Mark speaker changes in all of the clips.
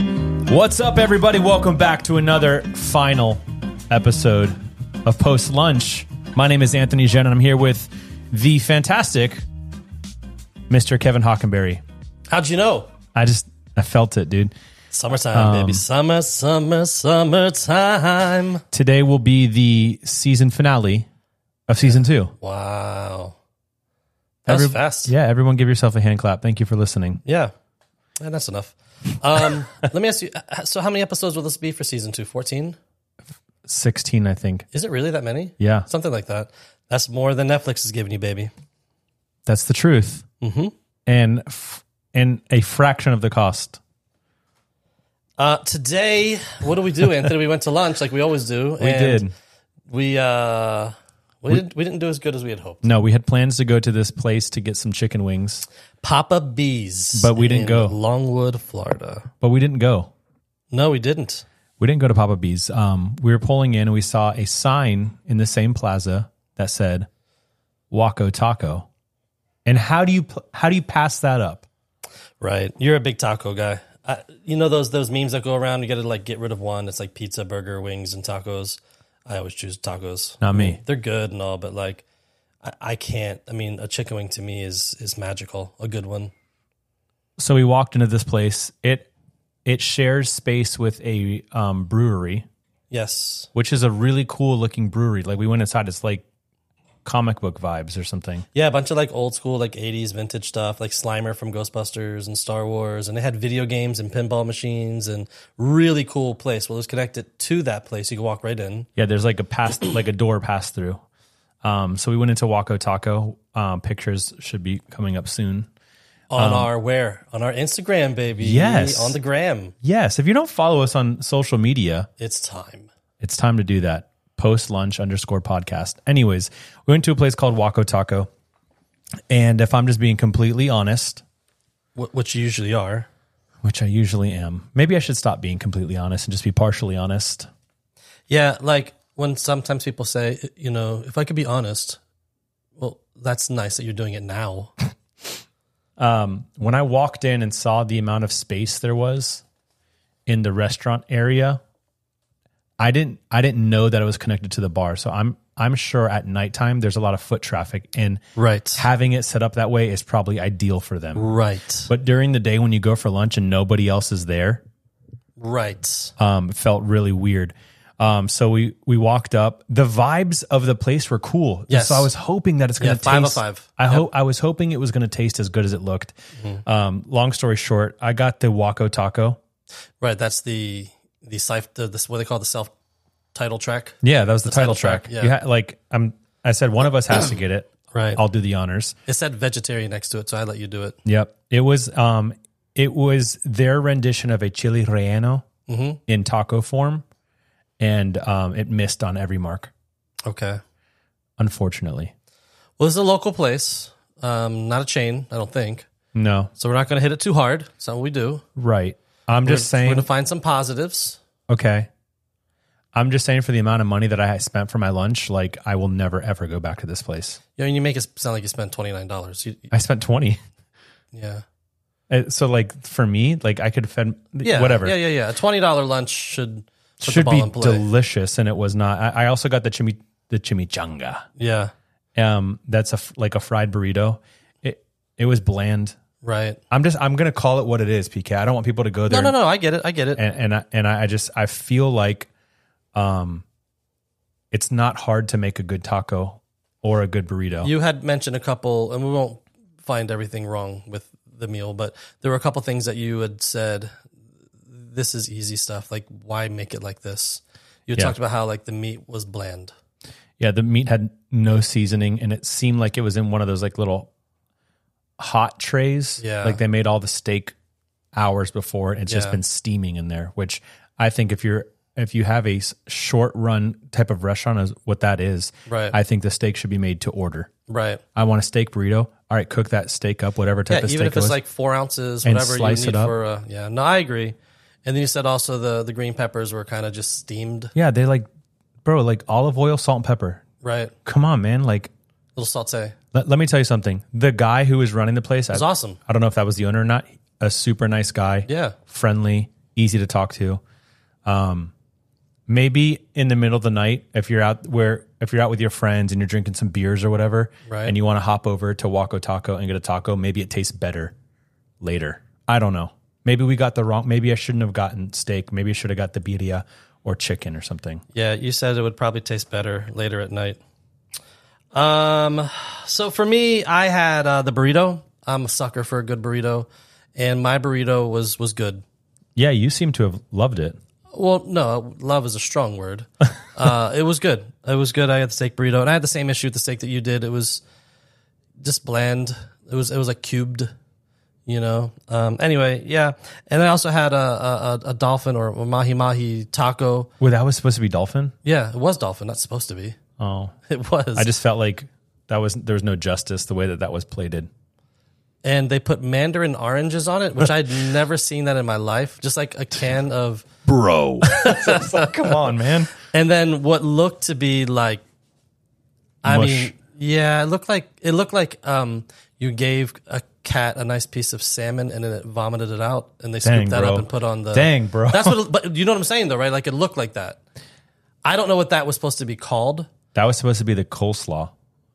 Speaker 1: What's up, everybody? Welcome back to another final episode of Post Lunch. My name is Anthony Jen, and I'm here with the fantastic Mr. Kevin Hockenberry.
Speaker 2: How'd you know?
Speaker 1: I just I felt it, dude.
Speaker 2: Summertime,
Speaker 1: Um,
Speaker 2: baby. Summer, summer, summertime.
Speaker 1: Today will be the season finale of season two.
Speaker 2: Wow. That was
Speaker 1: Every-
Speaker 2: fast.
Speaker 1: Yeah, everyone, give yourself a hand clap. Thank you for listening.
Speaker 2: Yeah. Yeah, that's enough. Um, let me ask you uh, so, how many episodes will this be for season two? 14?
Speaker 1: Sixteen, I think.
Speaker 2: Is it really that many?
Speaker 1: Yeah,
Speaker 2: Something like that. That's more than Netflix is giving you, baby.
Speaker 1: that's the truth. Mm-hmm. And f- and a fraction of the cost.
Speaker 2: Uh, today, what do we do, Anthony? we went to lunch like we always do.
Speaker 1: We did.
Speaker 2: We, uh, we, didn't, we didn't do as good as we had hoped.
Speaker 1: No, we had plans to go to this place to get some chicken wings,
Speaker 2: Papa Bees.
Speaker 1: But we didn't
Speaker 2: in
Speaker 1: go.
Speaker 2: Longwood, Florida.
Speaker 1: but we didn't go.
Speaker 2: No, we didn't.
Speaker 1: We didn't go to Papa B's. Um, we were pulling in and we saw a sign in the same plaza that said Waco Taco. And how do you pl- how do you pass that up?
Speaker 2: Right. You're a big taco guy. I, you know those those memes that go around. You got to like get rid of one. It's like pizza, burger, wings, and tacos. I always choose tacos.
Speaker 1: Not me.
Speaker 2: They're good and all, but like I, I can't. I mean, a chicken wing to me is is magical. A good one.
Speaker 1: So we walked into this place. It it shares space with a um, brewery,
Speaker 2: Yes.
Speaker 1: which is a really cool looking brewery. Like we went inside, it's like comic book vibes or something.
Speaker 2: Yeah, a bunch of like old school, like '80s vintage stuff, like Slimer from Ghostbusters and Star Wars, and they had video games and pinball machines and really cool place. Well, it was connected to that place. You could walk right in.
Speaker 1: Yeah, there's like a pass, like a door pass through. Um, so we went into Waco Taco. Um, pictures should be coming up soon.
Speaker 2: On our where on our Instagram, baby.
Speaker 1: Um, Yes.
Speaker 2: on the gram.
Speaker 1: Yes, if you don't follow us on social media,
Speaker 2: It's time.
Speaker 1: it's time to do that. Post lunch underscore podcast. Anyways, we went to a place called Waco Taco, and if I'm just being completely honest,
Speaker 2: Wh- which you usually are.
Speaker 1: which I usually am, maybe I should stop being completely honest and just be partially honest.
Speaker 2: Yeah, like when sometimes people say, you know, if I could be honest, well, that's nice that you're doing it now.
Speaker 1: When I walked in and saw the amount of space there was in the restaurant area, I didn't I didn't know that it was connected to the bar. So I'm I'm sure at nighttime there's a lot of foot traffic and
Speaker 2: Right.
Speaker 1: having it set up that way is probably ideal for them.
Speaker 2: Right.
Speaker 1: But during the day when you go for lunch and nobody else is there,
Speaker 2: Right.
Speaker 1: um, it felt really weird. Um, so we we walked up. The vibes of the place were cool.
Speaker 2: Yes.
Speaker 1: So I was hoping that it's going
Speaker 2: Yeah,
Speaker 1: to
Speaker 2: five out
Speaker 1: taste.
Speaker 2: five.
Speaker 1: I hope I was hoping it was going to taste as good as it looked. Um, long story short, I got the Waco Taco.
Speaker 2: Right. That's the the self the, this what they call the self title track.
Speaker 1: Yeah, that was the, title,
Speaker 2: title
Speaker 1: track.
Speaker 2: track, yeah.
Speaker 1: You ha- like I'm. I said one of us has to get it.
Speaker 2: Right.
Speaker 1: I'll do the honors.
Speaker 2: It said vegetarian next to it, so I let you do it.
Speaker 1: Yep. It was um it was their rendition of a chili relleno
Speaker 2: Mm-hmm.
Speaker 1: in taco form and um it missed on every mark,
Speaker 2: Okay.
Speaker 1: unfortunately.
Speaker 2: Well, this is a local place, um, not a chain, I don't think.
Speaker 1: No.
Speaker 2: So we're not going to hit it too hard. It's not what we do.
Speaker 1: Right. I'm just
Speaker 2: We're
Speaker 1: saying
Speaker 2: going to find some positives.
Speaker 1: okay. I'm just saying for the amount of money that I spent for my lunch, like I will never ever go back to this place.
Speaker 2: You know, and you make it sound like you spent twenty nine dollars.
Speaker 1: I spent 20.
Speaker 2: Yeah.
Speaker 1: Uh, So like for me, like I could fed
Speaker 2: Yeah,
Speaker 1: whatever.
Speaker 2: Yeah, yeah, yeah. A twenty dollar lunch should put the
Speaker 1: Should
Speaker 2: ball
Speaker 1: be
Speaker 2: in play.
Speaker 1: delicious and it was not. I, I also got the chimi the chimichanga.
Speaker 2: yeah,
Speaker 1: um, that's a f- like a fried burrito. It it was bland.
Speaker 2: right.
Speaker 1: I'm just I'm gonna call it what it is, PK. I don't want people to go
Speaker 2: No,
Speaker 1: there
Speaker 2: no, no. I get it. I get it.
Speaker 1: and and I, and I just I feel like um, it's not hard to make a good taco or a good burrito.
Speaker 2: you had mentioned a couple, and we won't find everything wrong with the meal, but there were a couple things that you had said. This is easy stuff. Like, why make it like this? You had
Speaker 1: Yeah.
Speaker 2: talked about how like the meat was bland.
Speaker 1: yeah, the meat had no seasoning, and it seemed like it was in one of those like little hot trays.
Speaker 2: Yeah.
Speaker 1: like they made all the steak hours before. and It's just
Speaker 2: Yeah.
Speaker 1: been steaming in there, which I think if you're if you have a s- short run type of restaurant is what that is.
Speaker 2: Right.
Speaker 1: I think the steak should be made to order.
Speaker 2: Right.
Speaker 1: I want a steak burrito. All right, cook that steak up, whatever type
Speaker 2: Yeah,
Speaker 1: of steak
Speaker 2: even if
Speaker 1: it
Speaker 2: it's
Speaker 1: was.
Speaker 2: like four ounces,
Speaker 1: And
Speaker 2: whatever you
Speaker 1: slice
Speaker 2: need
Speaker 1: it up.
Speaker 2: for. Uh, yeah, no, I agree. And then you said also the the green peppers were kind of just steamed,
Speaker 1: yeah, they like, bro, like olive oil, salt, and pepper.
Speaker 2: right?
Speaker 1: Come on, man. Like,
Speaker 2: Little saute.
Speaker 1: let, let me tell you something. The guy who was running the place, I,
Speaker 2: It's awesome.
Speaker 1: I don't know if that was the owner or not. A super nice guy.
Speaker 2: Yeah.
Speaker 1: friendly, easy to talk to. Um, maybe in the middle of the night, if you're out where if you're out with your friends and you're drinking some beers or whatever,
Speaker 2: Right.
Speaker 1: and you want to hop over to Waco Taco and get a taco, maybe it tastes better later. I don't know. Maybe we got the wrong. Maybe I shouldn't have gotten steak. Maybe I should have got the birria or chicken or something.
Speaker 2: Yeah, you said it would probably taste better later at night. Um, so for me, I had uh, the burrito. I'm a sucker for a good burrito, and my burrito was was good.
Speaker 1: Yeah, you seem to have loved it.
Speaker 2: Well, no, love is a strong word. uh, it was good. It was good. I had the steak burrito, and I had the same issue with the steak that you did. It was just bland. It was it was like cubed, you know. Um, anyway, yeah. And I also had a a, a- a dolphin or a mahi mahi taco.
Speaker 1: Well, that was supposed to be dolphin.
Speaker 2: Yeah, it was dolphin, not supposed to be.
Speaker 1: Oh,
Speaker 2: It was.
Speaker 1: I just felt like that was there was no justice the way that that was plated.
Speaker 2: and they put mandarin oranges on it, which I'd never seen that in my life. Just like a can of,
Speaker 1: Bro, come on, man.
Speaker 2: and then what looked to be like, I
Speaker 1: Mush.
Speaker 2: mean, yeah, it looked like it looked like um, you gave a cat a nice piece of salmon and then it vomited it out, and they
Speaker 1: Dang,
Speaker 2: scooped that
Speaker 1: bro.
Speaker 2: up and put on the
Speaker 1: Dang, bro.
Speaker 2: That's what, it- but you know what I'm saying though, right? Like it looked like that. I don't know what that was supposed to be called.
Speaker 1: That was supposed to be the coleslaw.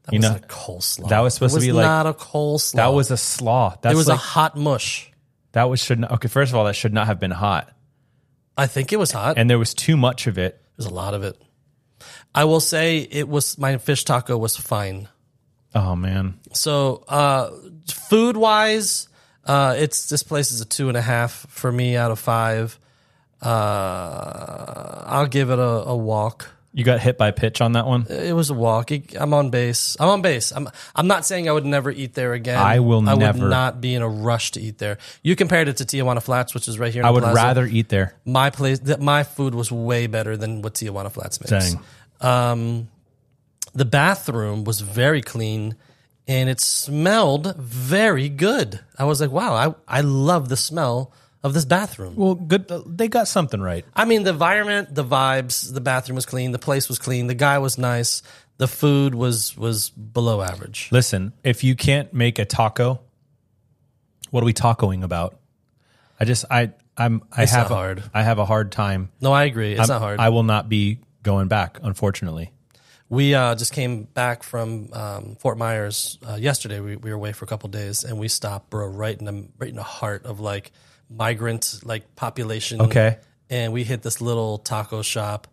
Speaker 2: That
Speaker 1: you
Speaker 2: was
Speaker 1: know,
Speaker 2: a coleslaw.
Speaker 1: that was supposed
Speaker 2: It
Speaker 1: to be like-
Speaker 2: not a coleslaw.
Speaker 1: that was a slaw. That's
Speaker 2: it was a
Speaker 1: like,
Speaker 2: hot mush.
Speaker 1: that was should not. Okay, first of all, that should not have been hot,
Speaker 2: I think it was hot.
Speaker 1: and there was too much of it.
Speaker 2: There's a lot of it. I will say it was my fish taco was fine.
Speaker 1: Oh man,
Speaker 2: So uh, food wise, uh, it's this place is a two and a half for me out of five. Uh, I'll give it a, a walk.
Speaker 1: you got hit by pitch on that one.
Speaker 2: It was a walk. It- I'm on base. I'm on base. I'm. I'm not saying I would never eat there again.
Speaker 1: I will
Speaker 2: I
Speaker 1: never.
Speaker 2: would not be in a rush to eat there. You compared it to Tijuana Flats, which is right here. In
Speaker 1: I
Speaker 2: the
Speaker 1: would
Speaker 2: plaza.
Speaker 1: rather eat there.
Speaker 2: my place. That my food was way better than what Tijuana Flats makes.
Speaker 1: Dang,
Speaker 2: the bathroom was very clean and it smelled very good. I was like, wow, I, I love the smell of this bathroom.
Speaker 1: well, good. They got something right.
Speaker 2: I mean, the environment, the vibes, the bathroom was clean, the place was clean, the guy was nice, the food was was below average.
Speaker 1: Listen, if you can't make a taco, what are we tacoing about? I just I I'm I
Speaker 2: It's not
Speaker 1: have a-
Speaker 2: hard.
Speaker 1: I have a hard time.
Speaker 2: No, I agree. It's not hard.
Speaker 1: I will not be going back, unfortunately.
Speaker 2: we uh, just came back from um, Fort Myers uh, yesterday. We, we were away for a couple days, and we stopped, bro, right in the right in the heart of like migrant like population.
Speaker 1: Okay.
Speaker 2: and we hit this little taco shop,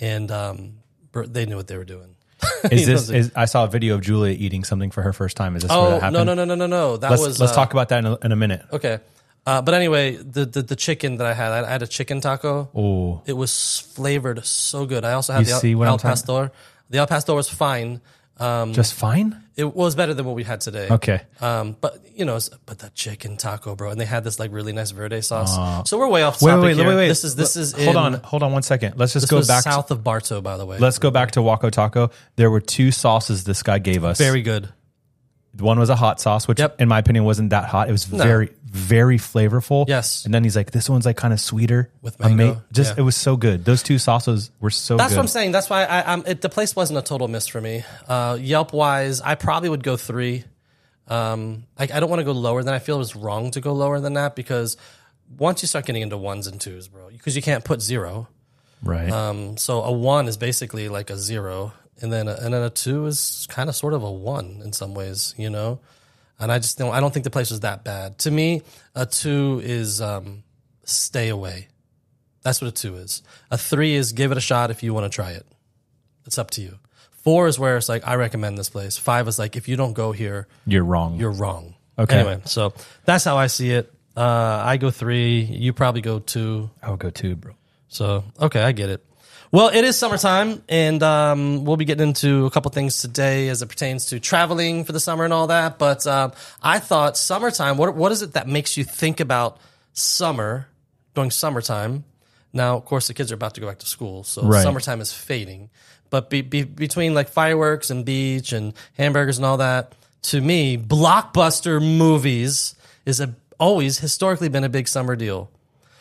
Speaker 2: and um, bro, they knew what they were doing.
Speaker 1: Is this? Is, I saw a video of Julia eating something for her first time. Is this where
Speaker 2: oh
Speaker 1: that happened?
Speaker 2: no no no no no no! That
Speaker 1: Let's
Speaker 2: was
Speaker 1: let's
Speaker 2: uh,
Speaker 1: talk about that in a, in a minute.
Speaker 2: Okay, uh, but anyway, the, the the chicken that I had, I had a chicken taco.
Speaker 1: Oh,
Speaker 2: It was flavored so good. I also had
Speaker 1: You
Speaker 2: the El-
Speaker 1: see what
Speaker 2: El,
Speaker 1: I'm talking-
Speaker 2: Pastor. The El Pastor was fine. Um,
Speaker 1: just fine.
Speaker 2: it was better than what we had today.
Speaker 1: Okay.
Speaker 2: Um, but you know, it's- but the chicken taco, bro, and they had this like really nice verde sauce. so we're way off topic here. This is this is
Speaker 1: Hold
Speaker 2: in-
Speaker 1: on, hold on one second. Let's just
Speaker 2: This
Speaker 1: go
Speaker 2: was
Speaker 1: back. To,
Speaker 2: south of Barto, by the way.
Speaker 1: let's go back to Waco Taco. There were two sauces this guy gave us.
Speaker 2: Very good.
Speaker 1: One was a hot sauce, which
Speaker 2: Yep.
Speaker 1: in my opinion wasn't that hot. It was very, very flavorful.
Speaker 2: Yes.
Speaker 1: And then he's like, "This one's like kind of sweeter
Speaker 2: With
Speaker 1: Ama-
Speaker 2: mango,
Speaker 1: Just
Speaker 2: yeah.
Speaker 1: it was so good. Those two sauces were so
Speaker 2: That's
Speaker 1: good.
Speaker 2: what I'm saying. That's why I, I'm. It, the place wasn't a total miss for me. Uh, Yelp wise, I probably would go three. Um, I, I don't want to go lower than I feel it was wrong to go lower than that because once you start getting into ones and twos, bro, because you can't put zero.
Speaker 1: right.
Speaker 2: Um, so a one is basically like a zero, and then a, and then a two is kind of sort of a one in some ways, you know. And I just don't. I don't think the place was that bad. To me, a two is um, stay away. That's what a two is. A three is give it a shot if you want to try it. It's up to you. Four is where it's like I recommend this place. Five is like if you don't go here,
Speaker 1: you're wrong.
Speaker 2: you're wrong.
Speaker 1: Okay.
Speaker 2: Anyway, so that's how I see it. Uh, I go three. You probably go two.
Speaker 1: I would go two, bro.
Speaker 2: So okay, I get it. Well, it is summertime, and um, we'll be getting into a couple things today as it pertains to traveling for the summer and all that. But um, I thought summertime. What what is it that makes you think about summer during summertime? Now, of course, the kids are about to go back to school, so
Speaker 1: Right.
Speaker 2: summertime is fading. But be, be, between like fireworks and beach and hamburgers and all that, to me, blockbuster movies is a, always historically been a big summer deal.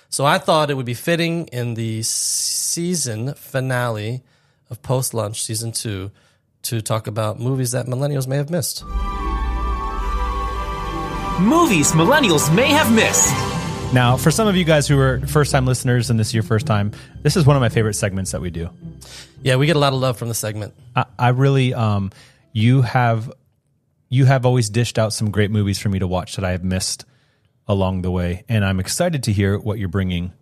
Speaker 2: So I thought it would be fitting in the season finale of Post Lunch Season 2 to talk about movies that millennials may have missed.
Speaker 3: Movies millennials may have missed.
Speaker 1: Now, for some of you guys who are first time listeners and this is your first time, this is one of my favorite segments that we do.
Speaker 2: Yeah, we get a lot of love from the segment.
Speaker 1: I, I really, um, you have, you have always dished out some great movies for me to watch that I have missed along the way, and I'm excited to hear what you're bringing.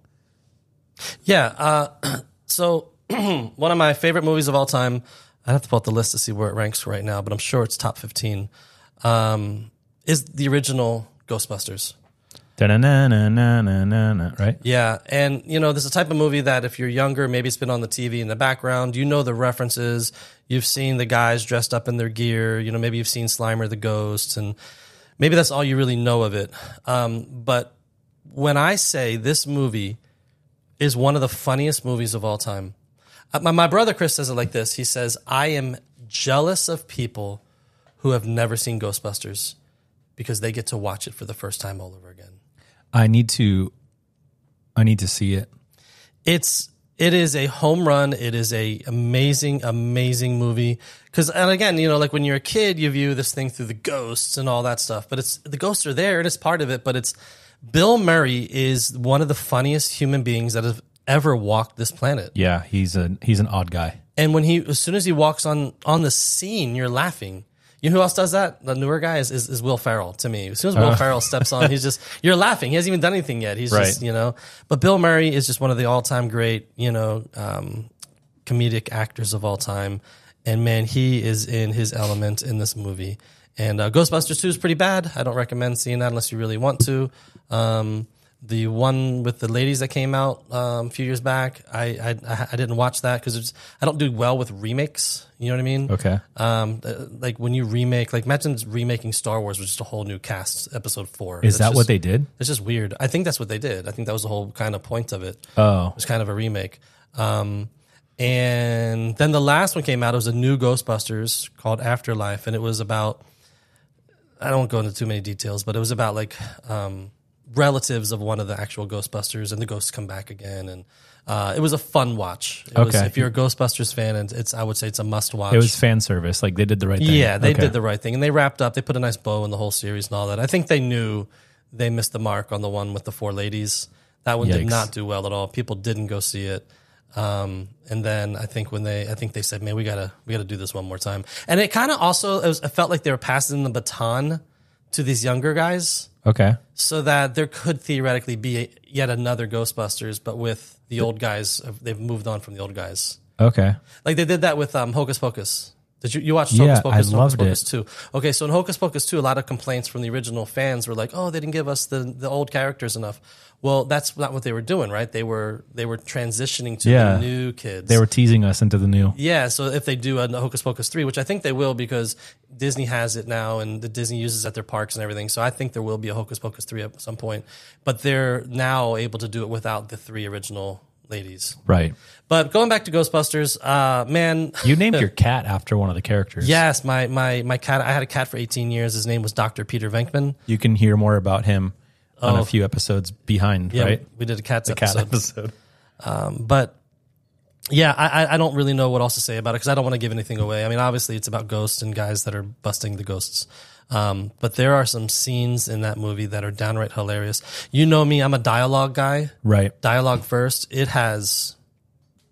Speaker 2: Yeah. Uh, so one of my favorite movies of all time. I have to pull up the list to see where it ranks right now, but I'm sure it's top 15. Um, is the original Ghostbusters?
Speaker 1: Da-na-na-na-na-na-na, Right?
Speaker 2: Yeah, and you know, this is a type of movie that if you're younger, maybe it's been on the TV in the background. You know the references. You've seen the guys dressed up in their gear. You know, maybe you've seen Slimer the Ghost, and maybe that's all you really know of it. Um, but when I say this movie is one of the funniest movies of all time, uh, my, my brother Chris says it like this. He says, "I am jealous of people who have never seen Ghostbusters because they get to watch it for the first time all over again."
Speaker 1: I need to, I need to see it.
Speaker 2: it's it is a home run. It is a amazing, amazing movie. Because and again, you know, like when you're a kid, you view this thing through the ghosts and all that stuff. But it's the ghosts are there. It is part of it. But it's Bill Murray is one of the funniest human beings that have ever walked this planet.
Speaker 1: Yeah, he's a he's an odd guy.
Speaker 2: And when he, as soon as he walks on on the scene, you're laughing. You know who else does that? The newer guy is, is, is Will Farrell to me. As soon as Will Farrell steps on, he's just you're laughing. He hasn't even done anything yet. He's just
Speaker 1: Right.
Speaker 2: you know. But Bill Murray is just one of the all time great you know um, comedic actors of all time, and man, he is in his element in this movie. And uh, Ghostbusters Two is pretty bad. I don't recommend seeing that unless you really want to. Um, the one with the ladies that came out um, a few years back, I I, I- I didn't watch that because I don't do well with remakes. You know what I mean?
Speaker 1: Okay.
Speaker 2: Um, uh, like when you remake, like imagine remaking Star Wars with just a whole new cast, Episode Four.
Speaker 1: Is that what they did?
Speaker 2: It's just weird. I think that's what they did. I think that was the whole kind of point of it.
Speaker 1: Oh,
Speaker 2: It was kind of a remake. Um, and then the last one came out. It was a new Ghostbusters called Afterlife, and it was about. I don't go into too many details, but it was about like um, relatives of one of the actual Ghostbusters, and the ghosts come back again, and uh, it was a fun watch. It was,
Speaker 1: Okay.
Speaker 2: if you're a Ghostbusters fan, and it's I would say it's a must watch.
Speaker 1: it was fan service. Like they did the right thing.
Speaker 2: Yeah, they
Speaker 1: Okay.
Speaker 2: did the right thing, and they wrapped up. They put a nice bow in the whole series and all that. I think they knew they missed the mark on the one with the four ladies. That one did
Speaker 1: Yikes.
Speaker 2: not do well at all. People didn't go see it. Um, and then I think when they, I think they said, "Man, we gotta, we gotta do this one more time." And it kind of also, it, was, it felt like they were passing the baton to these younger guys,
Speaker 1: Okay.
Speaker 2: so that there could theoretically be yet another Ghostbusters, but with the old guys. They've moved on from the old guys.
Speaker 1: Okay.
Speaker 2: Like they did that with um, Hocus Pocus. Did you you watched
Speaker 1: Yeah,
Speaker 2: Hocus Pocus?
Speaker 1: I
Speaker 2: and
Speaker 1: loved
Speaker 2: Hocus Pocus 2. Okay, so in Hocus Pocus 2, a lot of complaints from the original fans were like, "Oh, they didn't give us the the old characters enough." Well, that's not what they were doing, right? They were they were transitioning to
Speaker 1: Yeah.
Speaker 2: the new kids.
Speaker 1: They were teasing us into the new.
Speaker 2: yeah, so if they do a Hocus Pocus 3, which I think they will because Disney has it now and the Disney uses it at their parks and everything. So I think there will be a Hocus Pocus 3 at some point, but they're now able to do it without the three original ladies.
Speaker 1: Right.
Speaker 2: But going back to Ghostbusters, uh, man,
Speaker 1: You named your cat after one of the characters.
Speaker 2: Yes, my my my cat. I had a cat for 18 years. His name was Dr. Peter Venkman.
Speaker 1: You can hear more about him on a few episodes behind,
Speaker 2: Yeah,
Speaker 1: right?
Speaker 2: we did a cat's
Speaker 1: Cat
Speaker 2: episode.
Speaker 1: episode.
Speaker 2: But yeah, I I- I don't really know what else to say about it because I don't want to give anything away. I mean, obviously it's about ghosts and guys that are busting the ghosts. Um, but there are some scenes in that movie that are downright hilarious. You know me, I'm a dialogue guy.
Speaker 1: Right.
Speaker 2: Dialogue first. It has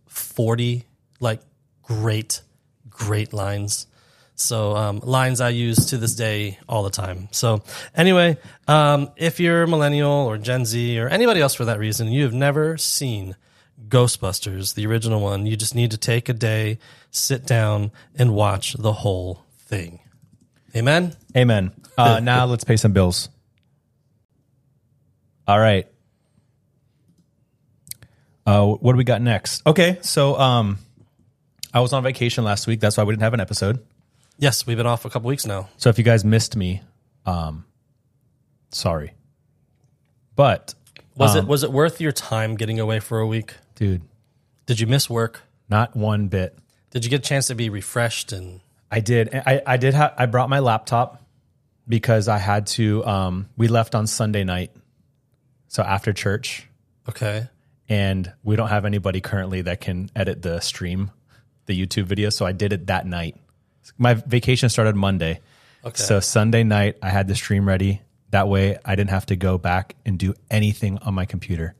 Speaker 2: 40 like great great lines so um, lines i use to this day all the time so anyway um, if you're a millennial or gen z or anybody else for that reason you have never seen ghostbusters the original one you just need to take a day sit down and watch the whole thing amen
Speaker 1: Amen. Uh, now let's pay some bills. All right. Uh, what do we got next? Okay, so um, I was on vacation last week. That's why we didn't have an episode.
Speaker 2: yes we've been off a couple weeks now
Speaker 1: So if you guys missed me, um, sorry. But
Speaker 2: was it was it worth your time getting away for a week
Speaker 1: dude,
Speaker 2: did you miss work
Speaker 1: not one bit.
Speaker 2: did you get a chance to be refreshed and
Speaker 1: I did. And I, I did. Ha- I brought my laptop because I had to. Um, we left on Sunday night, so after church,
Speaker 2: okay
Speaker 1: and we don't have anybody currently that can edit the stream, the YouTube video. So I did it that night. My vacation started Monday,
Speaker 2: okay
Speaker 1: so Sunday night I had the stream ready. That way, I didn't have to go back and do anything on my computer.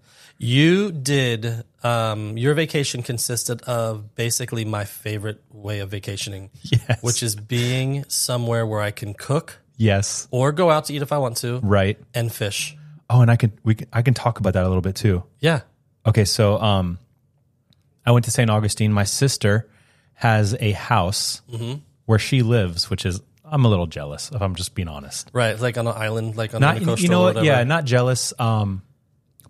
Speaker 2: You did. Um, your vacation consisted of basically my favorite way of vacationing,
Speaker 1: Yes.
Speaker 2: which is being somewhere where I can cook
Speaker 1: Yes,
Speaker 2: or go out to eat if I want to
Speaker 1: right.
Speaker 2: and fish.
Speaker 1: Oh, and I can we can, I can talk about that a little bit too.
Speaker 2: Yeah.
Speaker 1: Okay, so um, I went to St. Augustine. My sister has a house
Speaker 2: Mm-hmm.
Speaker 1: where she lives, which is I'm a little jealous if I'm just being honest.
Speaker 2: Right. Like on an island, like on a
Speaker 1: Not
Speaker 2: coastal
Speaker 1: you know
Speaker 2: or
Speaker 1: what?
Speaker 2: whatever.
Speaker 1: Yeah, not jealous. Um,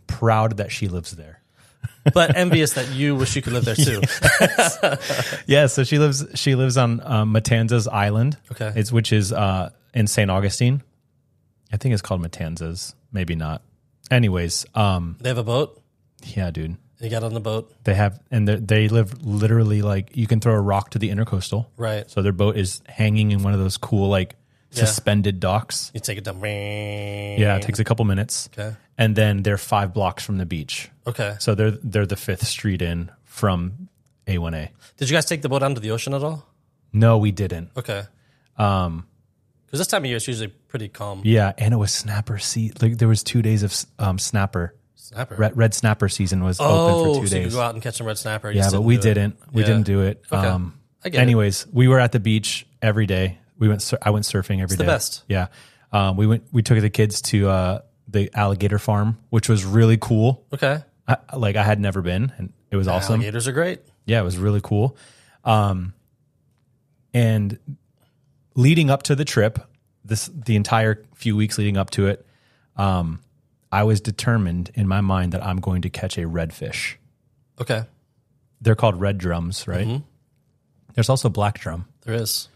Speaker 1: proud that she lives there.
Speaker 2: But envious that you wish you could live there too.
Speaker 1: Yeah, so she lives she lives on um, Matanzas Island.
Speaker 2: Okay.
Speaker 1: it's which is uh, in St. Augustine. I think it's called Matanzas. Maybe not. Anyways, um,
Speaker 2: They have a boat.
Speaker 1: yeah, dude,
Speaker 2: You got on the boat.
Speaker 1: they have and they're- they live literally like you can throw a rock to the intercoastal.
Speaker 2: Right.
Speaker 1: So their boat is hanging in one of those cool like suspended docks.
Speaker 2: You take it down.
Speaker 1: Yeah,
Speaker 2: Yeah.
Speaker 1: it takes a couple minutes.
Speaker 2: Okay.
Speaker 1: And then they're five blocks from the beach.
Speaker 2: Okay.
Speaker 1: So they're they're the fifth street in from A1A.
Speaker 2: Did you guys take the boat out into the ocean at all?
Speaker 1: No, we didn't.
Speaker 2: Okay. Um, because this time of year it's usually pretty calm.
Speaker 1: Yeah, and it was snapper sea. Like there was two days of um, snapper.
Speaker 2: Snapper.
Speaker 1: Red, red snapper season was
Speaker 2: oh,
Speaker 1: open for two
Speaker 2: so you could
Speaker 1: days.
Speaker 2: go out and catch some red snapper. You
Speaker 1: Yeah,
Speaker 2: just
Speaker 1: but we
Speaker 2: do it.
Speaker 1: didn't. We
Speaker 2: Yeah.
Speaker 1: didn't do it. Um,
Speaker 2: I get it.
Speaker 1: anyways, we were at the beach every day. We went. Sur- I went surfing every day.
Speaker 2: the best.
Speaker 1: Yeah, um, we went. We took the kids to uh, the alligator farm, which was really cool.
Speaker 2: Okay.
Speaker 1: I, like I had never been, and it was awesome.
Speaker 2: Alligators are great.
Speaker 1: Yeah, it was really cool. Um, and leading up to the trip, this the entire few weeks leading up to it, um, I was determined in my mind that I'm going to catch a redfish.
Speaker 2: Okay.
Speaker 1: They're called red drums, right?
Speaker 2: Mm-hmm.
Speaker 1: There's also black drum,
Speaker 2: There is.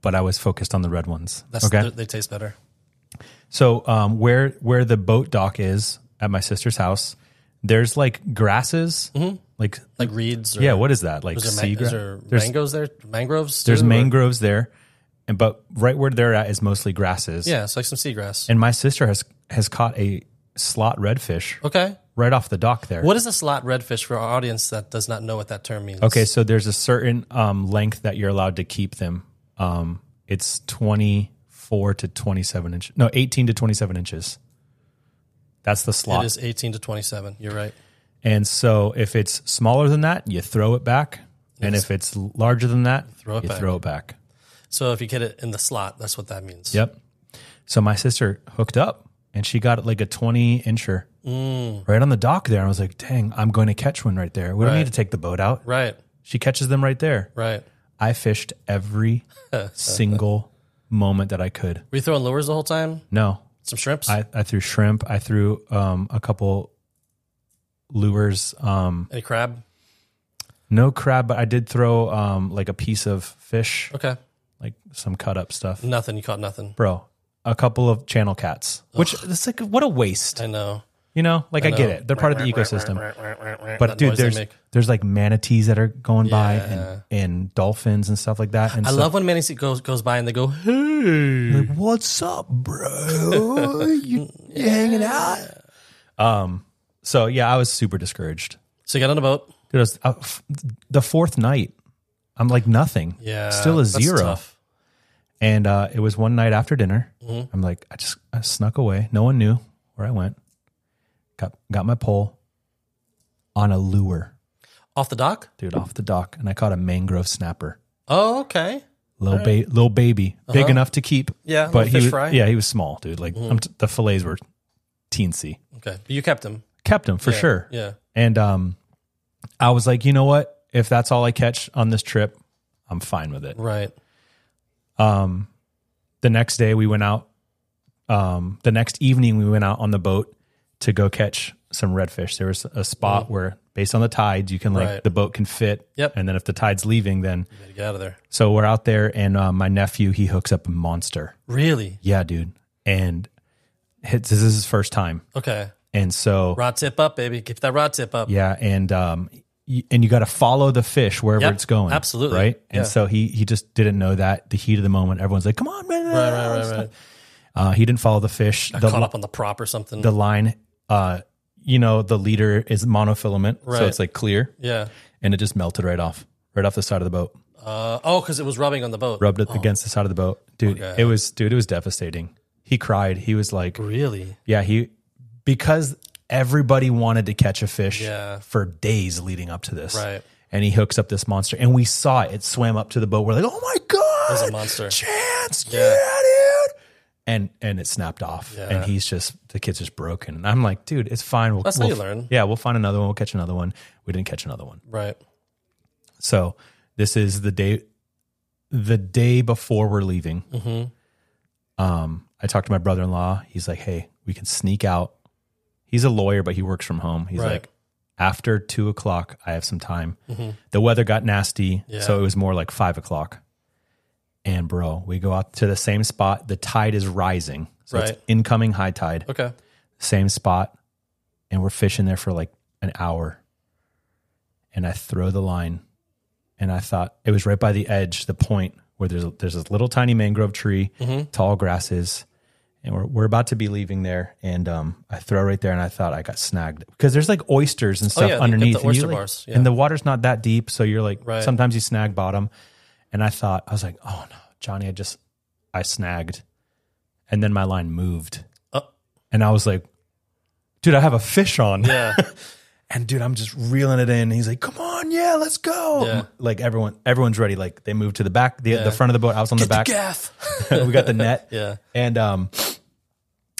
Speaker 1: but I was focused on the red ones.
Speaker 2: That's
Speaker 1: okay.
Speaker 2: they, they taste better.
Speaker 1: So um, where where the boat dock is at my sister's house, there's like grasses, like
Speaker 2: Like reeds or
Speaker 1: yeah, what is that? Like
Speaker 2: Mm-hmm. is there,
Speaker 1: sea
Speaker 2: man- is
Speaker 1: gra-
Speaker 2: there
Speaker 1: there's
Speaker 2: mangoes there? Mangroves?
Speaker 1: there's
Speaker 2: too, or-
Speaker 1: mangroves there, and but right where they're at is mostly grasses.
Speaker 2: Yeah, it's like some seagrass.
Speaker 1: And my sister has has caught a slot redfish
Speaker 2: okay.
Speaker 1: right off the dock there.
Speaker 2: What is a slot redfish for our audience that does not know what that term means?
Speaker 1: Okay, so there's a certain um, length that you're allowed to keep them. Um, it's 24 to 27 inches. No, 18 to 27 inches. That's the
Speaker 2: It
Speaker 1: slot.
Speaker 2: is 18 to 27. You're right.
Speaker 1: And so if it's smaller than that, you throw it back. And if it's larger than that,
Speaker 2: Throw it
Speaker 1: you
Speaker 2: back.
Speaker 1: throw it back.
Speaker 2: So if you get it in the slot, that's what that means.
Speaker 1: Yep. So my sister hooked up and she got like a 20 incher
Speaker 2: Mm.
Speaker 1: right on the dock there. I was like, dang, I'm going to catch one right there. We don't need to take the boat out.
Speaker 2: Right.
Speaker 1: She catches them right there.
Speaker 2: Right.
Speaker 1: I fished every single moment that I could.
Speaker 2: Were you throwing lures the whole time?
Speaker 1: No,
Speaker 2: Some shrimps?
Speaker 1: I, I threw shrimp. I threw um, a couple lures. Um,
Speaker 2: Any crab?
Speaker 1: no crab, but I did throw um, like a piece of fish,
Speaker 2: Okay.
Speaker 1: like some cut up stuff.
Speaker 2: Nothing. You caught nothing.
Speaker 1: Bro, a couple of channel cats, which it's like, what a waste.
Speaker 2: I know.
Speaker 1: You know, like I, get it. They're part of the ecosystem. But
Speaker 2: That
Speaker 1: dude,
Speaker 2: noise they
Speaker 1: there's
Speaker 2: make.
Speaker 1: there's like manatees that are going by
Speaker 2: Yeah.
Speaker 1: and, and dolphins and stuff like that. And
Speaker 2: I
Speaker 1: so,
Speaker 2: love when Manny goes goes by and they go, "Hey,
Speaker 1: what's up, bro? you, you hanging out? Um. So yeah, I was super discouraged.
Speaker 2: So you got on a boat.
Speaker 1: Dude, I was, I- f- the fourth night, I'm like nothing.
Speaker 2: Yeah.
Speaker 1: still a
Speaker 2: that's
Speaker 1: zero.
Speaker 2: tough.
Speaker 1: And uh, it was one night after dinner. I'm like, I just I snuck away. No one knew where I went. Got got my pole on a lure.
Speaker 2: Off the dock?
Speaker 1: dude, off the dock, and I caught a mangrove snapper,
Speaker 2: Oh, okay.
Speaker 1: little ba- little baby, big enough to keep.
Speaker 2: Uh-huh. Yeah, little
Speaker 1: but he
Speaker 2: fish
Speaker 1: was,
Speaker 2: fry. Mm-hmm.
Speaker 1: yeah, he was small, dude. Like I'm t- the fillets were teensy.
Speaker 2: Okay. You kept him.
Speaker 1: Kept him for sure.
Speaker 2: Yeah.
Speaker 1: And um, I was like, you know what? If that's all I catch on this trip, I'm fine with it.
Speaker 2: Right.
Speaker 1: Um, the next day we went out. Um, the next evening we went out on the boat to go catch some redfish. There was a spot where, based on the tides, you can like
Speaker 2: Mm-hmm. Right.
Speaker 1: the boat can fit.
Speaker 2: Yep.
Speaker 1: And then if the tide's leaving, then
Speaker 2: You gotta get out of there.
Speaker 1: So we're out there, and uh, my nephew he hooks up a monster.
Speaker 2: Really?
Speaker 1: Yeah, dude, and hits, this is his first time,
Speaker 2: Okay.
Speaker 1: and so
Speaker 2: Rod tip up, baby. Keep that rod tip up.
Speaker 1: yeah, and um, y- and you got to follow the fish wherever
Speaker 2: Yep,
Speaker 1: it's going,
Speaker 2: absolutely.
Speaker 1: right?
Speaker 2: Yeah.
Speaker 1: And so he he just didn't know that the heat of the moment, everyone's like, "Come on, man!"
Speaker 2: Right, right, right, right.
Speaker 1: Uh, he didn't follow the fish. The,
Speaker 2: Caught up on the prop or something.
Speaker 1: the line, uh, you know, the leader is monofilament,
Speaker 2: Right.
Speaker 1: so it's like clear,
Speaker 2: yeah.
Speaker 1: and it just melted right off, right off the side of the boat,
Speaker 2: Uh, oh, because it was rubbing on the boat.
Speaker 1: rubbed it against the side of the boat, dude. It was dude, it was devastating. He cried. He was like,
Speaker 2: Really?
Speaker 1: yeah, he because everybody wanted to catch a fish
Speaker 2: Yeah.
Speaker 1: for days leading up to this.
Speaker 2: Right.
Speaker 1: And he hooks up this monster, and we saw it. It swam up to the boat. We're like, "Oh my god!"
Speaker 2: was a monster.
Speaker 1: Chance, yeah,
Speaker 2: Yeah.
Speaker 1: dude. And and it snapped off,
Speaker 2: Yeah.
Speaker 1: and he's just the kid's just broken. And I'm like, dude, it's fine. We'll,
Speaker 2: That's how
Speaker 1: we'll
Speaker 2: you learn.
Speaker 1: Yeah, we'll find another one. We'll catch another one. We didn't catch another one.
Speaker 2: Right.
Speaker 1: So this is the day, the day before we're leaving.
Speaker 2: Mm-hmm.
Speaker 1: Um, I talked to my brother in law. He's like, "Hey, we can sneak out." He's a lawyer, but he works from home. He's
Speaker 2: Right. Mm-hmm.
Speaker 1: like, "After two o'clock, I have some time." The weather got nasty, so
Speaker 2: Yeah.
Speaker 1: it was more like five o'clock. And bro, we go out to the same spot. The tide is rising, so it's
Speaker 2: Right.
Speaker 1: incoming high tide.
Speaker 2: Okay.
Speaker 1: Same spot, and we're fishing there for like an hour. And I throw the line, and I thought it was right by the edge, the point where there's there's this little tiny mangrove tree,
Speaker 2: Mm-hmm.
Speaker 1: tall grasses, and we're we're about to be leaving there. And um, I throw right there, and I thought I got snagged because there's like oysters and stuff
Speaker 2: Oh, yeah, you get
Speaker 1: underneath,
Speaker 2: the
Speaker 1: and, you,
Speaker 2: oyster
Speaker 1: like-
Speaker 2: bars, yeah.
Speaker 1: and the water's not that deep, so you're like
Speaker 2: Right.
Speaker 1: sometimes you snag bottom. And I thought I was like, oh no, Johnny, I just I snagged, and then my line moved.
Speaker 2: Oh,
Speaker 1: And I was like, dude, I have a fish on.
Speaker 2: yeah.
Speaker 1: And dude, I'm just reeling it in. And he's like, come on, yeah, let's go.
Speaker 2: Yeah.
Speaker 1: Like everyone, everyone's ready. Like they moved to the back, the, the front of the boat. I was on the back.
Speaker 2: Gaff.
Speaker 1: we got the net.
Speaker 2: yeah.
Speaker 1: And um,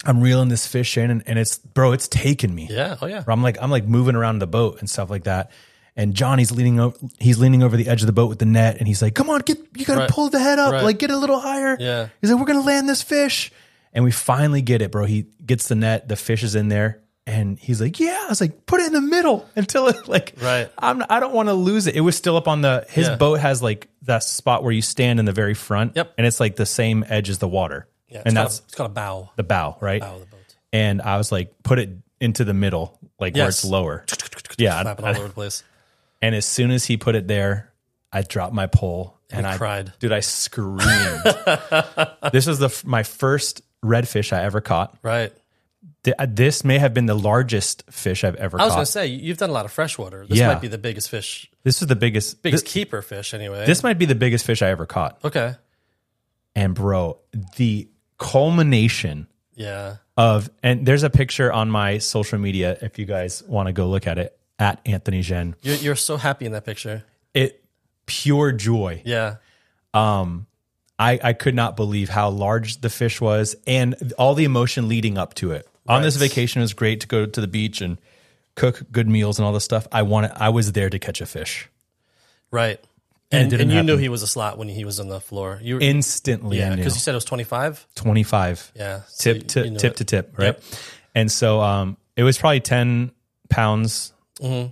Speaker 1: I'm reeling this fish in and, and it's, bro, it's taking me.
Speaker 2: Yeah. Oh, yeah.
Speaker 1: I'm like, I'm like moving around the boat and stuff like that. And Johnny's leaning over, he's leaning over the edge of the boat with the net and he's like, come on, get, you got to
Speaker 2: Right.
Speaker 1: pull the head up,
Speaker 2: Right.
Speaker 1: like get a little higher.
Speaker 2: Yeah.
Speaker 1: He's like, we're going to land this fish. And we finally get it, bro. He gets the net, the fish is in there. And he's like, yeah. I was like, put it in the middle until it like,
Speaker 2: Right.
Speaker 1: I'm, I don't want to lose it. It was still up on the, his
Speaker 2: Yeah.
Speaker 1: boat has like that spot where you stand in the very front.
Speaker 2: Yep.
Speaker 1: And it's like the same edge as the water.
Speaker 2: yeah it's
Speaker 1: and
Speaker 2: called
Speaker 1: that's
Speaker 2: a, it's called a bow.
Speaker 1: the bow, right?
Speaker 2: Bow of the boat.
Speaker 1: and I was like, put it into the middle, like where it's
Speaker 2: Yes.
Speaker 1: lower. yeah.
Speaker 2: Flapping all over the place.
Speaker 1: and as soon as he put it there, I dropped my pole and I
Speaker 2: cried.
Speaker 1: Dude, I screamed. this was the f- my first redfish I ever caught.
Speaker 2: Right.
Speaker 1: Th- uh, This may have been the largest fish I've ever
Speaker 2: I was
Speaker 1: caught.
Speaker 2: going to say, you've done a lot of freshwater. This
Speaker 1: Uh, Yeah.
Speaker 2: might be the biggest fish,
Speaker 1: this is the biggest.
Speaker 2: biggest
Speaker 1: thi-
Speaker 2: keeper fish, anyway.
Speaker 1: this might be the biggest fish I ever caught.
Speaker 2: Okay.
Speaker 1: And bro, the culmination
Speaker 2: Yeah.
Speaker 1: of and there's a picture on my social media if you guys want to go look at it at Anthony Jen.
Speaker 2: You're, you're so happy in that picture.
Speaker 1: It pure joy.
Speaker 2: Yeah.
Speaker 1: I, I could not believe how large the fish was and all the emotion leading up to it. On this vacation, it was great to go to the beach and cook good meals and all this stuff. I wanted, I was there to catch a fish.
Speaker 2: Right.
Speaker 1: And it
Speaker 2: And, and,
Speaker 1: didn't
Speaker 2: you knew
Speaker 1: happen.
Speaker 2: he was a slot when he was on the floor. You,
Speaker 1: Instantly,
Speaker 2: yeah,
Speaker 1: I knew
Speaker 2: because you said it was 25.
Speaker 1: 25
Speaker 2: Yeah. so you-
Speaker 1: tip to
Speaker 2: you know
Speaker 1: tip
Speaker 2: it.
Speaker 1: to tip, right?
Speaker 2: Yep.
Speaker 1: And so um, it was probably 10 pounds
Speaker 2: Mm-hmm.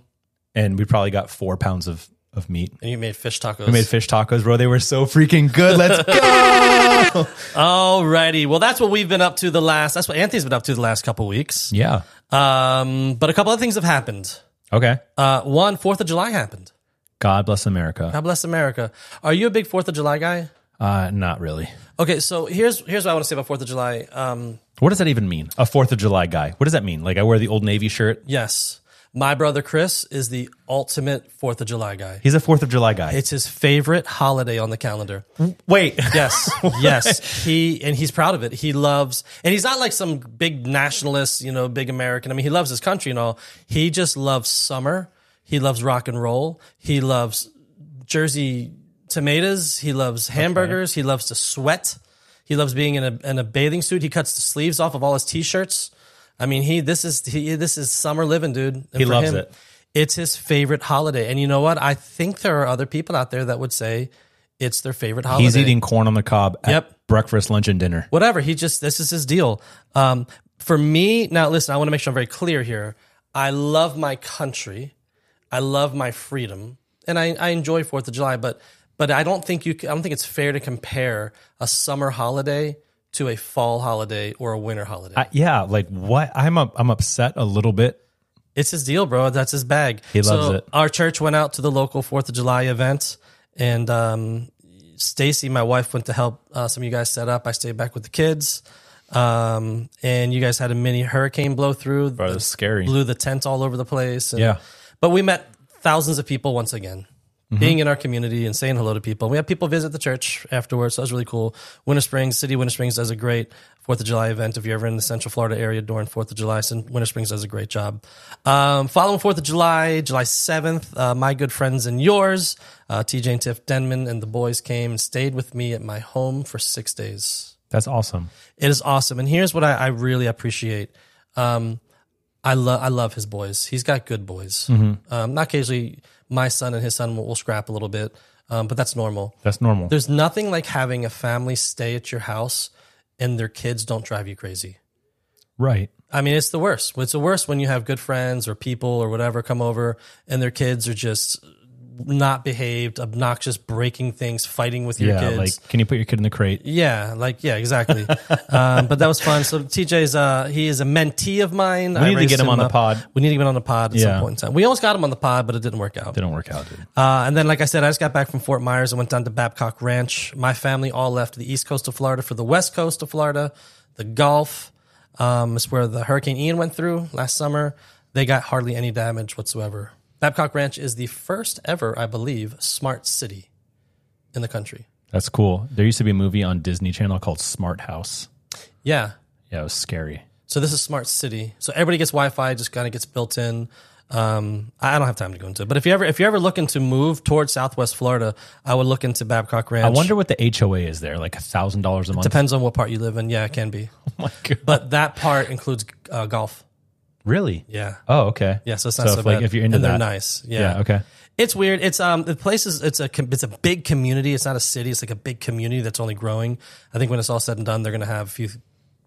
Speaker 1: and we probably got four pounds of, of meat.
Speaker 2: And you made fish tacos.
Speaker 1: We made fish tacos, bro. They were so freaking good. Let's go.
Speaker 2: Alrighty. Well, that's what we've been up to the last. That's what Anthony's been up to the last couple weeks.
Speaker 1: yeah.
Speaker 2: Um, but a couple of things have happened.
Speaker 1: Okay.
Speaker 2: Uh, one, Fourth of July happened.
Speaker 1: God bless America.
Speaker 2: God bless America. Are you a big Fourth of July guy?
Speaker 1: Uh, not really.
Speaker 2: Okay, so here's here's what I want to say about Fourth of July. Um,
Speaker 1: What does that even mean? A Fourth of July guy. What does that mean? Like I wear the old navy shirt.
Speaker 2: yes, my brother Chris is the ultimate Fourth of July guy.
Speaker 1: He's a Fourth of July guy.
Speaker 2: It's his favorite holiday on the calendar.
Speaker 1: Wait,
Speaker 2: Yes, yes. He and he's proud of it. He loves, and he's not like some big nationalist, you know, big American. I mean, he loves his country and all. He just loves summer. He loves rock and roll. He loves Jersey tomatoes. He loves hamburgers. He loves to sweat. He loves being in a in a bathing suit. He cuts the sleeves off of all his t-shirts. I mean, he this is he, this is summer living, dude. And
Speaker 1: He loves it.
Speaker 2: It's his favorite holiday. And you know what? I think there are other people out there that would say it's their favorite holiday
Speaker 1: he's eating corn on the cob at
Speaker 2: Yep.
Speaker 1: breakfast, lunch, and dinner.
Speaker 2: whatever. He just this is his deal. Um, for me, now listen, I want to make sure I'm very clear here. I love my country, I love my freedom, and I, I enjoy Fourth of July. But but I don't think you c- I don't think it's fair to compare a summer holiday to a fall holiday or a winter holiday.
Speaker 1: I, yeah, like what? I'm up, I'm upset a little bit.
Speaker 2: it's his deal, bro. That's his bag. He
Speaker 1: loves it.
Speaker 2: Our church went out to the local Fourth of July event, and um, Stacy, my wife, went to help uh, some of you guys set up. I stayed back with the kids, um, and you guys had a mini hurricane blow through.
Speaker 1: Bro, it's scary.
Speaker 2: Blew the tent all over the place. and-
Speaker 1: Yeah.
Speaker 2: but we met thousands of people once again. being in our community and saying hello to people. We had people visit the church afterwards. So that was really cool. Winter Springs, City Winter Springs does a great 4th of July event. If you're ever in the Central Florida area during 4th of July, Cent- Winter Springs does a great job. Um, following 4th of July, July 7th, uh, my good friends and yours, uh, TJ and Tiff Denman and the boys came and stayed with me at my home for six days.
Speaker 1: That's awesome.
Speaker 2: It is awesome. And here's what I, I really appreciate. Um, I love I love his boys. He's got good boys.
Speaker 1: Mm-hmm.
Speaker 2: Um, not occasionally my son and his son will, will scrap a little bit, um, but that's normal.
Speaker 1: That's normal.
Speaker 2: There's nothing like having a family stay at your house and their kids don't drive you crazy.
Speaker 1: right.
Speaker 2: I mean, it's the worst. It's the worst when you have good friends or people or whatever come over and their kids are just not behaved, obnoxious, breaking things, fighting with your
Speaker 1: yeah.
Speaker 2: kids.
Speaker 1: Like, can you put your kid in the crate?
Speaker 2: Yeah, like yeah, exactly. um, but that was fun. So TJ's uh, he is a mentee of mine. We
Speaker 1: need to get him on the pod.
Speaker 2: We need to get him on the pod at
Speaker 1: Yeah.
Speaker 2: some point in time. We almost got him on the pod, but it didn't work out.
Speaker 1: Didn't work out, dude.
Speaker 2: Uh, and then, like I said, I just got back from Fort Myers and went down to Babcock Ranch. My family all left the east coast of Florida for the west coast of Florida. The Gulf um, is where the Hurricane Ian went through last summer. They got hardly any damage whatsoever. Babcock Ranch is the first ever, I believe, smart city in the country.
Speaker 1: That's cool. There used to be a movie on Disney Channel called Smart House.
Speaker 2: Yeah,
Speaker 1: Yeah, it was scary.
Speaker 2: So this is smart city. So everybody gets Wi-Fi, just kind of gets built in. Um, I I don't have time to go into it, but if you ever if you're ever looking to move towards Southwest Florida, I would look into Babcock Ranch.
Speaker 1: I wonder what the HOA is there, like a thousand dollars a month.
Speaker 2: Depends on what part you live in. Yeah, it can be,
Speaker 1: Oh my God.
Speaker 2: but that part includes uh, golf.
Speaker 1: Really?
Speaker 2: Yeah,
Speaker 1: Oh, okay.
Speaker 2: yeah. So it's not so,
Speaker 1: if, like,
Speaker 2: bad.
Speaker 1: if you're into
Speaker 2: and
Speaker 1: that,
Speaker 2: they're nice.
Speaker 1: yeah. Okay.
Speaker 2: It's weird. It's um the place is it's a com- it's a big community. It's not a city. It's like a big community that's only growing. I think when it's all said and done, they're gonna have a few,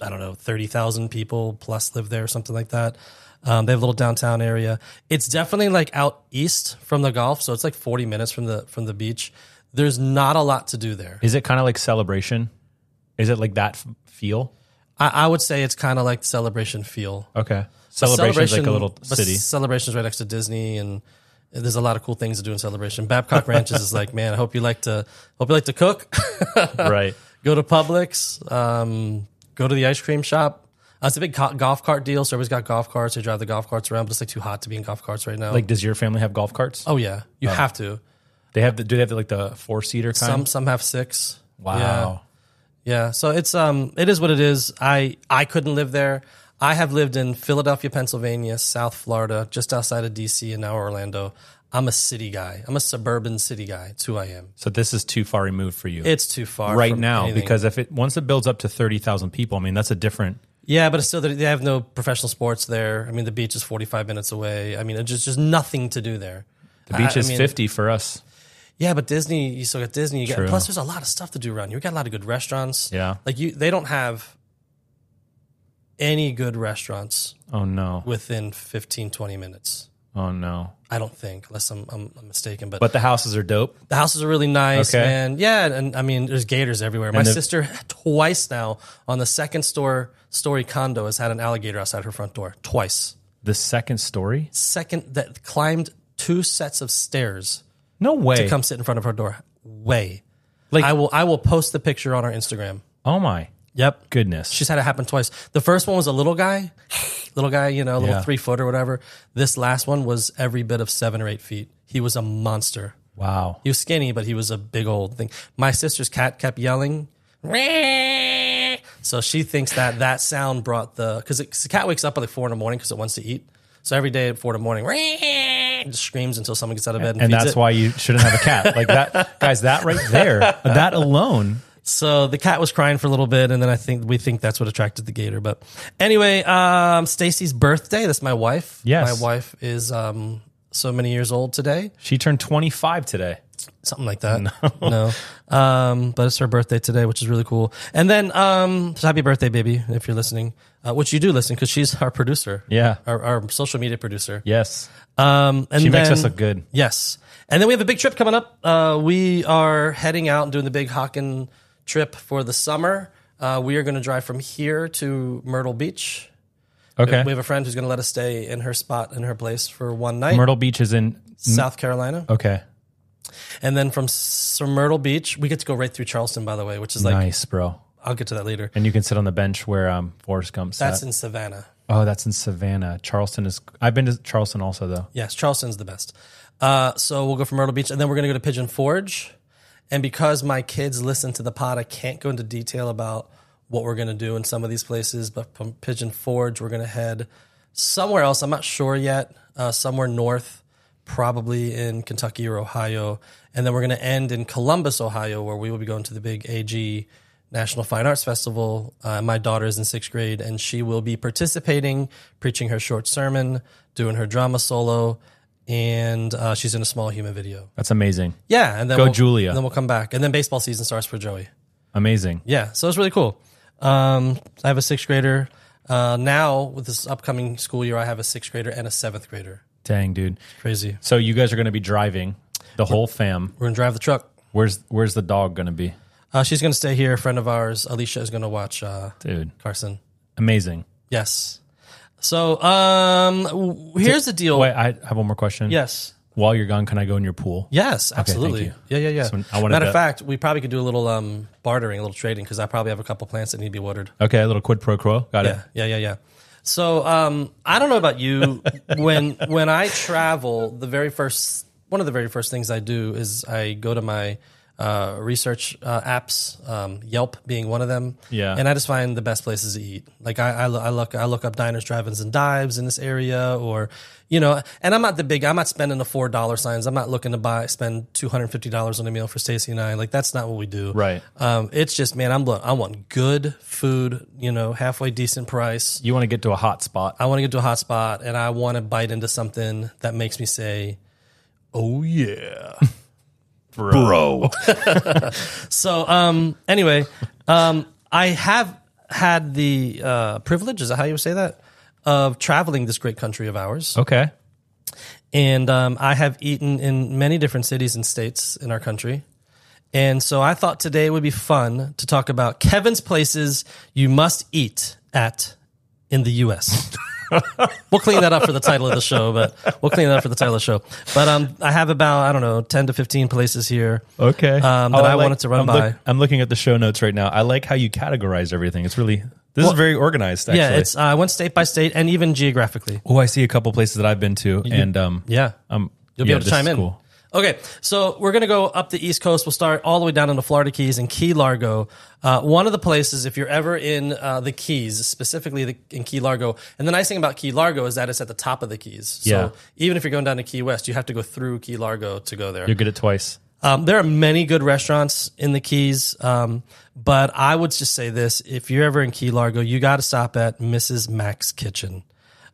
Speaker 2: I don't know, thirty thousand people plus live there or something like that. Um, they have a little downtown area. It's definitely like out east from the Gulf, so it's like forty minutes from the from the beach. There's not a lot to do there.
Speaker 1: Is it kind of like celebration? Is it like that f- feel?
Speaker 2: I, I would say it's kind of like celebration feel.
Speaker 1: Okay. Celebration is like a
Speaker 2: Celebration-
Speaker 1: little
Speaker 2: but
Speaker 1: city.
Speaker 2: Celebration's right next to Disney, and there's a lot of cool things to do in Celebration. Babcock Ranches is like, man, I hope you like to hope you like to cook. uh,
Speaker 1: right.
Speaker 2: go to Publix, um, go to the ice cream shop. Uh, it's a big co- golf cart deal. So everybody's got golf carts. They drive the golf carts around, but it's like too hot to be in golf carts right now.
Speaker 1: Like, does your family have golf carts?
Speaker 2: oh yeah, you have to.
Speaker 1: They have the, do they have the, like the four seater kind?
Speaker 2: Some some have six.
Speaker 1: wow.
Speaker 2: Yeah. Yeah, so it's um it is what it is. I I couldn't live there. I have lived in Philadelphia, Pennsylvania, South Florida, just outside of DC and now Orlando. I'm a city guy. I'm a suburban city guy. It's who I am.
Speaker 1: So this is too far removed for you
Speaker 2: It's too far
Speaker 1: right
Speaker 2: from
Speaker 1: now
Speaker 2: anything.
Speaker 1: because if it once it builds up to thirty thousand people, I mean that's a different.
Speaker 2: Yeah, but it's still they have no professional sports there. I mean, the beach is 45 minutes away. I mean, it's just just nothing to do there.
Speaker 1: The beach
Speaker 2: I- I
Speaker 1: is
Speaker 2: mean-
Speaker 1: fifty for us.
Speaker 2: Yeah, but Disney, you still got Disney. You got,
Speaker 1: True.
Speaker 2: plus, there's a lot of stuff to do around here. We got a lot of good restaurants.
Speaker 1: Yeah.
Speaker 2: like you, they don't have any good restaurants
Speaker 1: Oh no.
Speaker 2: within 15, 20 minutes.
Speaker 1: Oh no.
Speaker 2: I don't think, unless I'm, I'm, I'm mistaken. But,
Speaker 1: But the houses are dope.
Speaker 2: the houses are really nice,
Speaker 1: Okay.
Speaker 2: man. Yeah, and, and I mean, there's gators everywhere. My sister twice now on the second store story condo has had an alligator outside her front door twice.
Speaker 1: The second story?
Speaker 2: second that climbed two sets of stairs
Speaker 1: No way.
Speaker 2: to come sit in front of her door. Way.
Speaker 1: Like-
Speaker 2: Like I will I will post the picture on our Instagram.
Speaker 1: oh my
Speaker 2: Yep.
Speaker 1: goodness.
Speaker 2: She's had it happen twice. The first one was a little guy, little guy, you know, a little
Speaker 1: Yeah.
Speaker 2: three foot or whatever. This last one was every bit of seven or eight feet. He was a monster.
Speaker 1: wow.
Speaker 2: He was skinny, but he was a big old thing. My sister's cat kept yelling. "Meow." So she thinks that that sound brought the because the cat wakes up at like four in the morning because it wants to eat. So every day at four in the morning, "Meow," just screams until someone gets out of bed and,
Speaker 1: and
Speaker 2: feeds
Speaker 1: that's
Speaker 2: it.
Speaker 1: why you shouldn't have a cat like that guys that right there that alone
Speaker 2: So the cat was crying for a little bit, and then I think we think that's what attracted the gator. But anyway, um, Stacy's birthday. That's my wife.
Speaker 1: Yes.
Speaker 2: my wife is um, so many years old today.
Speaker 1: she turned 25 today
Speaker 2: something like that. No, Um, but it's her birthday today, which is really cool. And then, um, so happy birthday, baby, if you're listening, uh, which you do listen because she's our producer.
Speaker 1: Yeah.
Speaker 2: our, our social media producer.
Speaker 1: yes
Speaker 2: Um, and
Speaker 1: she makes
Speaker 2: then-
Speaker 1: us look good
Speaker 2: Yes, and then we have a big trip coming up. Uh, we are heading out and doing the big Hawken trip for the summer. Uh, we are going to drive from here to Myrtle Beach.
Speaker 1: okay
Speaker 2: We have a friend who's going to let us stay in her spot in her place for one night,
Speaker 1: myrtle beach is in
Speaker 2: South Carolina.
Speaker 1: okay
Speaker 2: And then from S- from Myrtle Beach, we get to go right through Charleston, by the way, which is like
Speaker 1: nice bro
Speaker 2: I'll get to that later.
Speaker 1: and you can sit on the bench where um forrest gump
Speaker 2: That's
Speaker 1: sat
Speaker 2: in Savannah.
Speaker 1: Oh, that's in Savannah. Charleston is. I've been to Charleston also though.
Speaker 2: Yes, Charleston's the best. Uh, so we'll go from Myrtle Beach, and then we're gonna go to Pigeon Forge. And because my kids listen to the pod, I can't go into detail about what we're gonna do in some of these places. But from Pigeon Forge, we're gonna head somewhere else. I'm not sure yet. Uh, somewhere north, probably in Kentucky or Ohio, and then we're gonna end in Columbus, Ohio, where we will be going to the big AG National Fine Arts Festival. Uh, my daughter is in sixth grade, and she will be participating, preaching her short sermon, doing her drama solo, and uh, she's in a small human video.
Speaker 1: That's amazing.
Speaker 2: Yeah, and then
Speaker 1: Go
Speaker 2: we'll,
Speaker 1: Julia.
Speaker 2: Then we'll come back, and then baseball season starts for Joey.
Speaker 1: Amazing.
Speaker 2: Yeah, so it's really cool. Um, I have a sixth grader uh, now. With this upcoming school year, I have a sixth grader and a seventh grader.
Speaker 1: Dang, dude.
Speaker 2: Crazy.
Speaker 1: So you guys are going to be driving the whole fam.
Speaker 2: We're gonna drive the truck.
Speaker 1: Where's Where's the dog going to be,
Speaker 2: Uh, she's gonna stay here. A friend of ours, Alicia, is gonna watch uh,
Speaker 1: dude?
Speaker 2: Carson.
Speaker 1: Amazing.
Speaker 2: Yes. So um, w- here's the deal.
Speaker 1: Wait, I have one more question.
Speaker 2: Yes.
Speaker 1: While you're gone, can I go in your pool?
Speaker 2: Yes, absolutely.
Speaker 1: you.
Speaker 2: Yeah, yeah, yeah.
Speaker 1: So I wanted
Speaker 2: Matter
Speaker 1: to-
Speaker 2: of fact, we probably could do a little um, bartering, a little trading, because I probably have a couple plants that need to be watered.
Speaker 1: Okay, a little quid pro quo. Got
Speaker 2: Yeah,
Speaker 1: it.
Speaker 2: yeah, yeah, yeah. So um, I don't know about you. when when I travel, the very first one of the very first things I do is I go to my uh, research uh, apps, um, Yelp being one of them.
Speaker 1: Yeah.
Speaker 2: and I just find the best places to eat. Like I, I, lo- I look I look up diners, drive-ins, and dives in this area, or you know. And I'm not the big. I'm not spending the four dollar signs. I'm not looking to buy spend two hundred fifty dollars on a meal for Stacy and I. Like that's not what we do.
Speaker 1: Right.
Speaker 2: Um, it's just man, I'm blunt. I want good food. You know, halfway decent price.
Speaker 1: You want to get to a hot spot.
Speaker 2: I want to get to a hot spot, and I want to bite into something that makes me say, "Oh yeah."
Speaker 1: Bro.
Speaker 2: So, um, anyway, um, I have had the uh, privilege, is that how you would say that, of traveling this great country of ours.
Speaker 1: okay.
Speaker 2: And um, I have eaten in many different cities and states in our country. And so I thought today would be fun to talk about Kevin's places you must eat at in the U.S. we'll clean that up for the title of the show, but we'll clean that up for the title of the show. But um, I have about, I don't know, 10 to 15 places here.
Speaker 1: Okay. Oh,
Speaker 2: Um, that I wanted to run
Speaker 1: I'm
Speaker 2: by.
Speaker 1: I'm looking at the show notes right now. I like how you categorize everything. It's really this is very organized. Actually.
Speaker 2: Yeah, it's uh, I went state by state and even geographically.
Speaker 1: oh, I see a couple places that I've been to, and um,
Speaker 2: Yeah.
Speaker 1: um,
Speaker 2: You'll be
Speaker 1: yeah,
Speaker 2: able to
Speaker 1: this
Speaker 2: chime
Speaker 1: is
Speaker 2: in.
Speaker 1: cool.
Speaker 2: Okay, so we're going to go up the East Coast. We'll start all the way down into Florida Keys and Key Largo. Uh, one of the places, if you're ever in uh, the Keys, specifically the, in Key Largo, and the nice thing about Key Largo is that it's at the top of the Keys. So
Speaker 1: Yeah.
Speaker 2: even if you're going down to Key West, you have to go through Key Largo to go there.
Speaker 1: You'll get it twice.
Speaker 2: Um, there are many good restaurants in the Keys, um, but I would just say this: if you're ever in Key Largo, you got to stop at Mrs. Mack's Kitchen.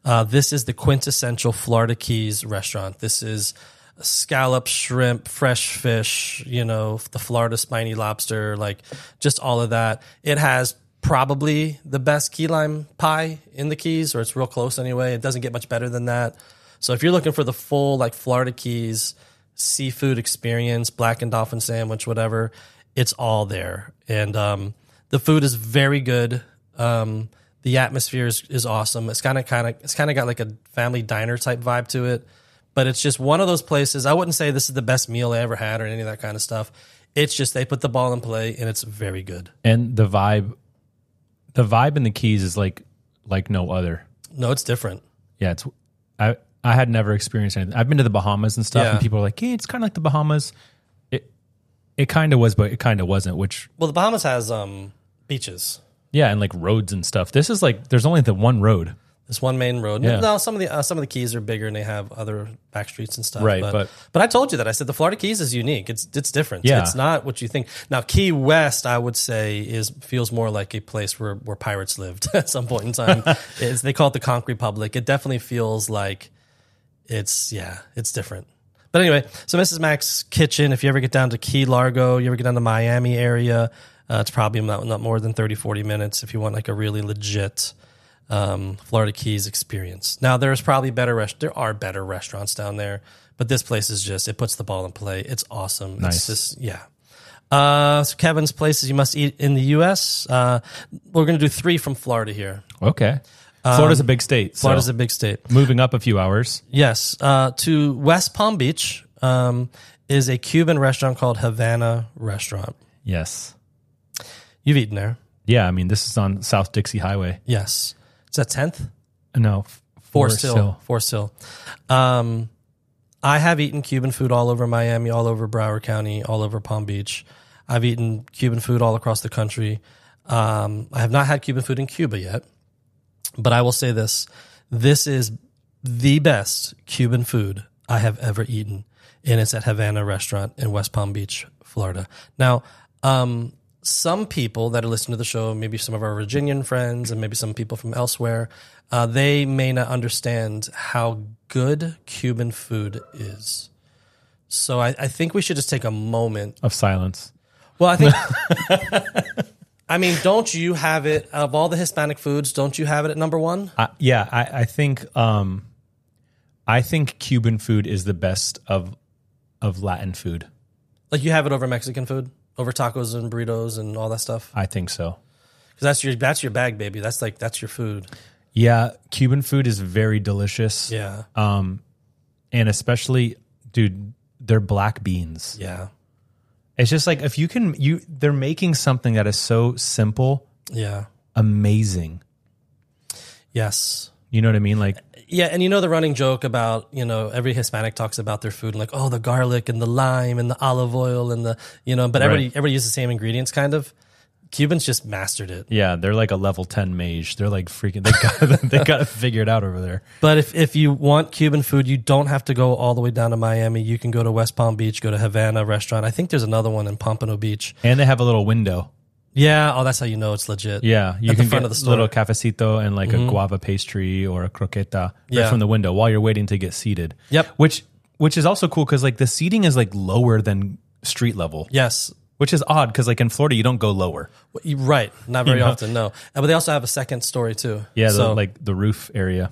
Speaker 2: Uh, this is the quintessential Florida Keys restaurant. This is scallop, shrimp, fresh fish. You know, the Florida spiny lobster, like just all of that. It has probably the best key lime pie in the Keys, or it's real close anyway. It doesn't get much better than that. So if you're looking for the full like Florida Keys seafood experience, black and dolphin sandwich, whatever. It's all there, and um, the food is very good. Um, the atmosphere is, is awesome. It's kind of kind of it's kind of got like a family diner type vibe to it, but it's just one of those places. I wouldn't say this is the best meal I ever had or any of that kind of stuff. It's just they put the ball in play, and it's very good.
Speaker 1: And the vibe, the vibe in the Keys is like like no other.
Speaker 2: No, it's different.
Speaker 1: Yeah, it's I I had never experienced anything. I've been to the Bahamas and stuff,
Speaker 2: Yeah.
Speaker 1: and people are like, yeah, it's kind of like the Bahamas. It it kind of was, but it kind of wasn't. Which
Speaker 2: Well, the Bahamas has um, beaches.
Speaker 1: yeah, and like roads and stuff. This is like there's only the one road.
Speaker 2: This one main road.
Speaker 1: Yeah.
Speaker 2: No, some of the uh, some of the keys are bigger and they have other back streets and stuff.
Speaker 1: Right, but-
Speaker 2: but I told you that I said the Florida Keys is unique. It's it's different.
Speaker 1: Yeah.
Speaker 2: it's not what you think. Now Key West, I would say, is feels more like a place where where pirates lived at some point in time. it's, they call it the Conch Republic. It definitely feels like it's yeah, it's different. But anyway, so Mrs. Mack's kitchen. If you ever get down to Key Largo, you ever get down to Miami area, uh, it's probably not, not more than 30, 40 minutes if you want like a really legit um, Florida Keys experience. Now there's probably better rest. There are better restaurants down there, but this place is just it puts the ball in play. It's awesome.
Speaker 1: Nice.
Speaker 2: It's just yeah. Uh, so Kevin's places you must eat in the U.S. Uh, we're gonna do three from Florida here.
Speaker 1: Okay, Florida's a big state. So
Speaker 2: Florida's a big state.
Speaker 1: moving up a few hours.
Speaker 2: Yes, uh, to West Palm Beach um, is a Cuban restaurant called Havana Restaurant.
Speaker 1: Yes.
Speaker 2: You've eaten there,
Speaker 1: Yeah, I mean, this is on South Dixie Highway.
Speaker 2: yes? It's at Tenth.
Speaker 1: no, f- four
Speaker 2: Four, still.
Speaker 1: still.
Speaker 2: Four still. Um, I have eaten Cuban food all over Miami, all over Broward County, all over Palm Beach. I've eaten Cuban food all across the country. Um, I have not had Cuban food in Cuba yet, but I will say this this is the best Cuban food I have ever eaten. And it's at Havana Restaurant in West Palm Beach, Florida. Now, um, some people that are listening to the show, maybe some of our Virginian friends and maybe some people from elsewhere, uh, they may not understand how good Cuban food is. So I, I think we should just take a moment
Speaker 1: of silence.
Speaker 2: well, I think. I mean, don't you have it of all the Hispanic foods? Don't you have it at number one?
Speaker 1: I, yeah, I, I think um, I think Cuban food is the best of of Latin food.
Speaker 2: Like you have it over Mexican food, over tacos and burritos and all that stuff.
Speaker 1: I think so.
Speaker 2: Because that's your that's your bag, baby. That's like that's your food.
Speaker 1: Yeah, Cuban food is very delicious.
Speaker 2: Yeah,
Speaker 1: and especially, dude, they're black beans.
Speaker 2: yeah,
Speaker 1: It's just like if you can, you they're making something that is so simple,
Speaker 2: yeah.
Speaker 1: amazing.
Speaker 2: Yes.
Speaker 1: You know what I mean? Like,
Speaker 2: Yeah, and you know the running joke about, you know, every Hispanic talks about their food and like, oh, the garlic and the lime and the olive oil and the, you know, but everybody
Speaker 1: Right.
Speaker 2: everybody uses the same ingredients kind of. Cubans just mastered it.
Speaker 1: yeah, they're like a level ten mage. They're like freaking. They got they got it figured out over there.
Speaker 2: But if, if you want Cuban food, you don't have to go all the way down to Miami. You can go to West Palm Beach, go to Havana restaurant. I think there's another one in Pompano Beach.
Speaker 1: And they have a little window.
Speaker 2: Yeah. Oh, that's how you know it's legit.
Speaker 1: Yeah, you
Speaker 2: At the
Speaker 1: can
Speaker 2: front
Speaker 1: get
Speaker 2: of the
Speaker 1: a
Speaker 2: store. Mm-hmm.
Speaker 1: little cafecito and like a guava pastry or a croqueta right
Speaker 2: Yeah.
Speaker 1: from the window while you're waiting to get seated.
Speaker 2: Yep.
Speaker 1: Which which is also cool because like the seating is like lower than street level,
Speaker 2: Yes.
Speaker 1: which is odd because like in Florida you don't go lower.
Speaker 2: W- you- Right. Not very often. No. Uh, But they also have a second story too.
Speaker 1: Yeah, the,
Speaker 2: So
Speaker 1: like the roof area.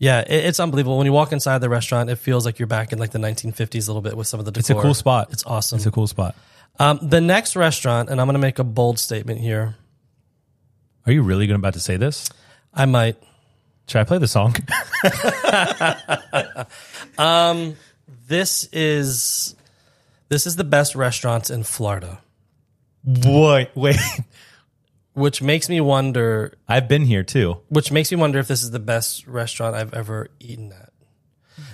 Speaker 2: yeah, it, it's unbelievable. When you walk inside the restaurant, it feels like you're back in like the 1950s a little bit with some of the decor.
Speaker 1: It's a cool spot.
Speaker 2: It's awesome.
Speaker 1: It's a cool spot.
Speaker 2: um, the next restaurant, and I'm going to make a bold statement here.
Speaker 1: Are you really going about to say this?
Speaker 2: I might.
Speaker 1: Should I play the song?
Speaker 2: This is this is the best restaurants in Florida.
Speaker 1: Boy, wait.
Speaker 2: which makes me wonder
Speaker 1: I've been here too.
Speaker 2: which makes me wonder if this is the best restaurant I've ever eaten at.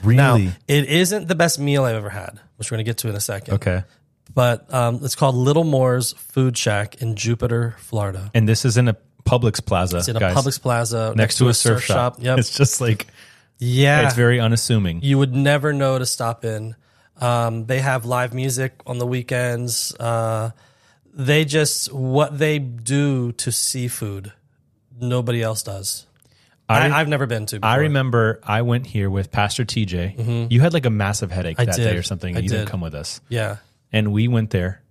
Speaker 2: Now,
Speaker 1: Really?
Speaker 2: it isn't the best meal I've ever had, which we're going to get to in a second.
Speaker 1: Okay.
Speaker 2: But um, it's called Little Moore's Food Shack in Jupiter, Florida.
Speaker 1: And this is in a Publix Plaza,
Speaker 2: It's in
Speaker 1: guys.
Speaker 2: a Publix Plaza
Speaker 1: next to a surf, shop.
Speaker 2: Yep.
Speaker 1: It's just like
Speaker 2: yeah.
Speaker 1: it's very unassuming.
Speaker 2: you would never know to stop in. Um, they have live music on the weekends. Uh, they just, what they do to seafood, nobody else does. I, I, have never been to. Before.
Speaker 1: I remember I went here with Pastor TJ. You had like a massive headache that
Speaker 2: did.
Speaker 1: day or something, and
Speaker 2: Mm-hmm. I
Speaker 1: you did. not
Speaker 2: did.
Speaker 1: come with us.
Speaker 2: Yeah.
Speaker 1: And we went there,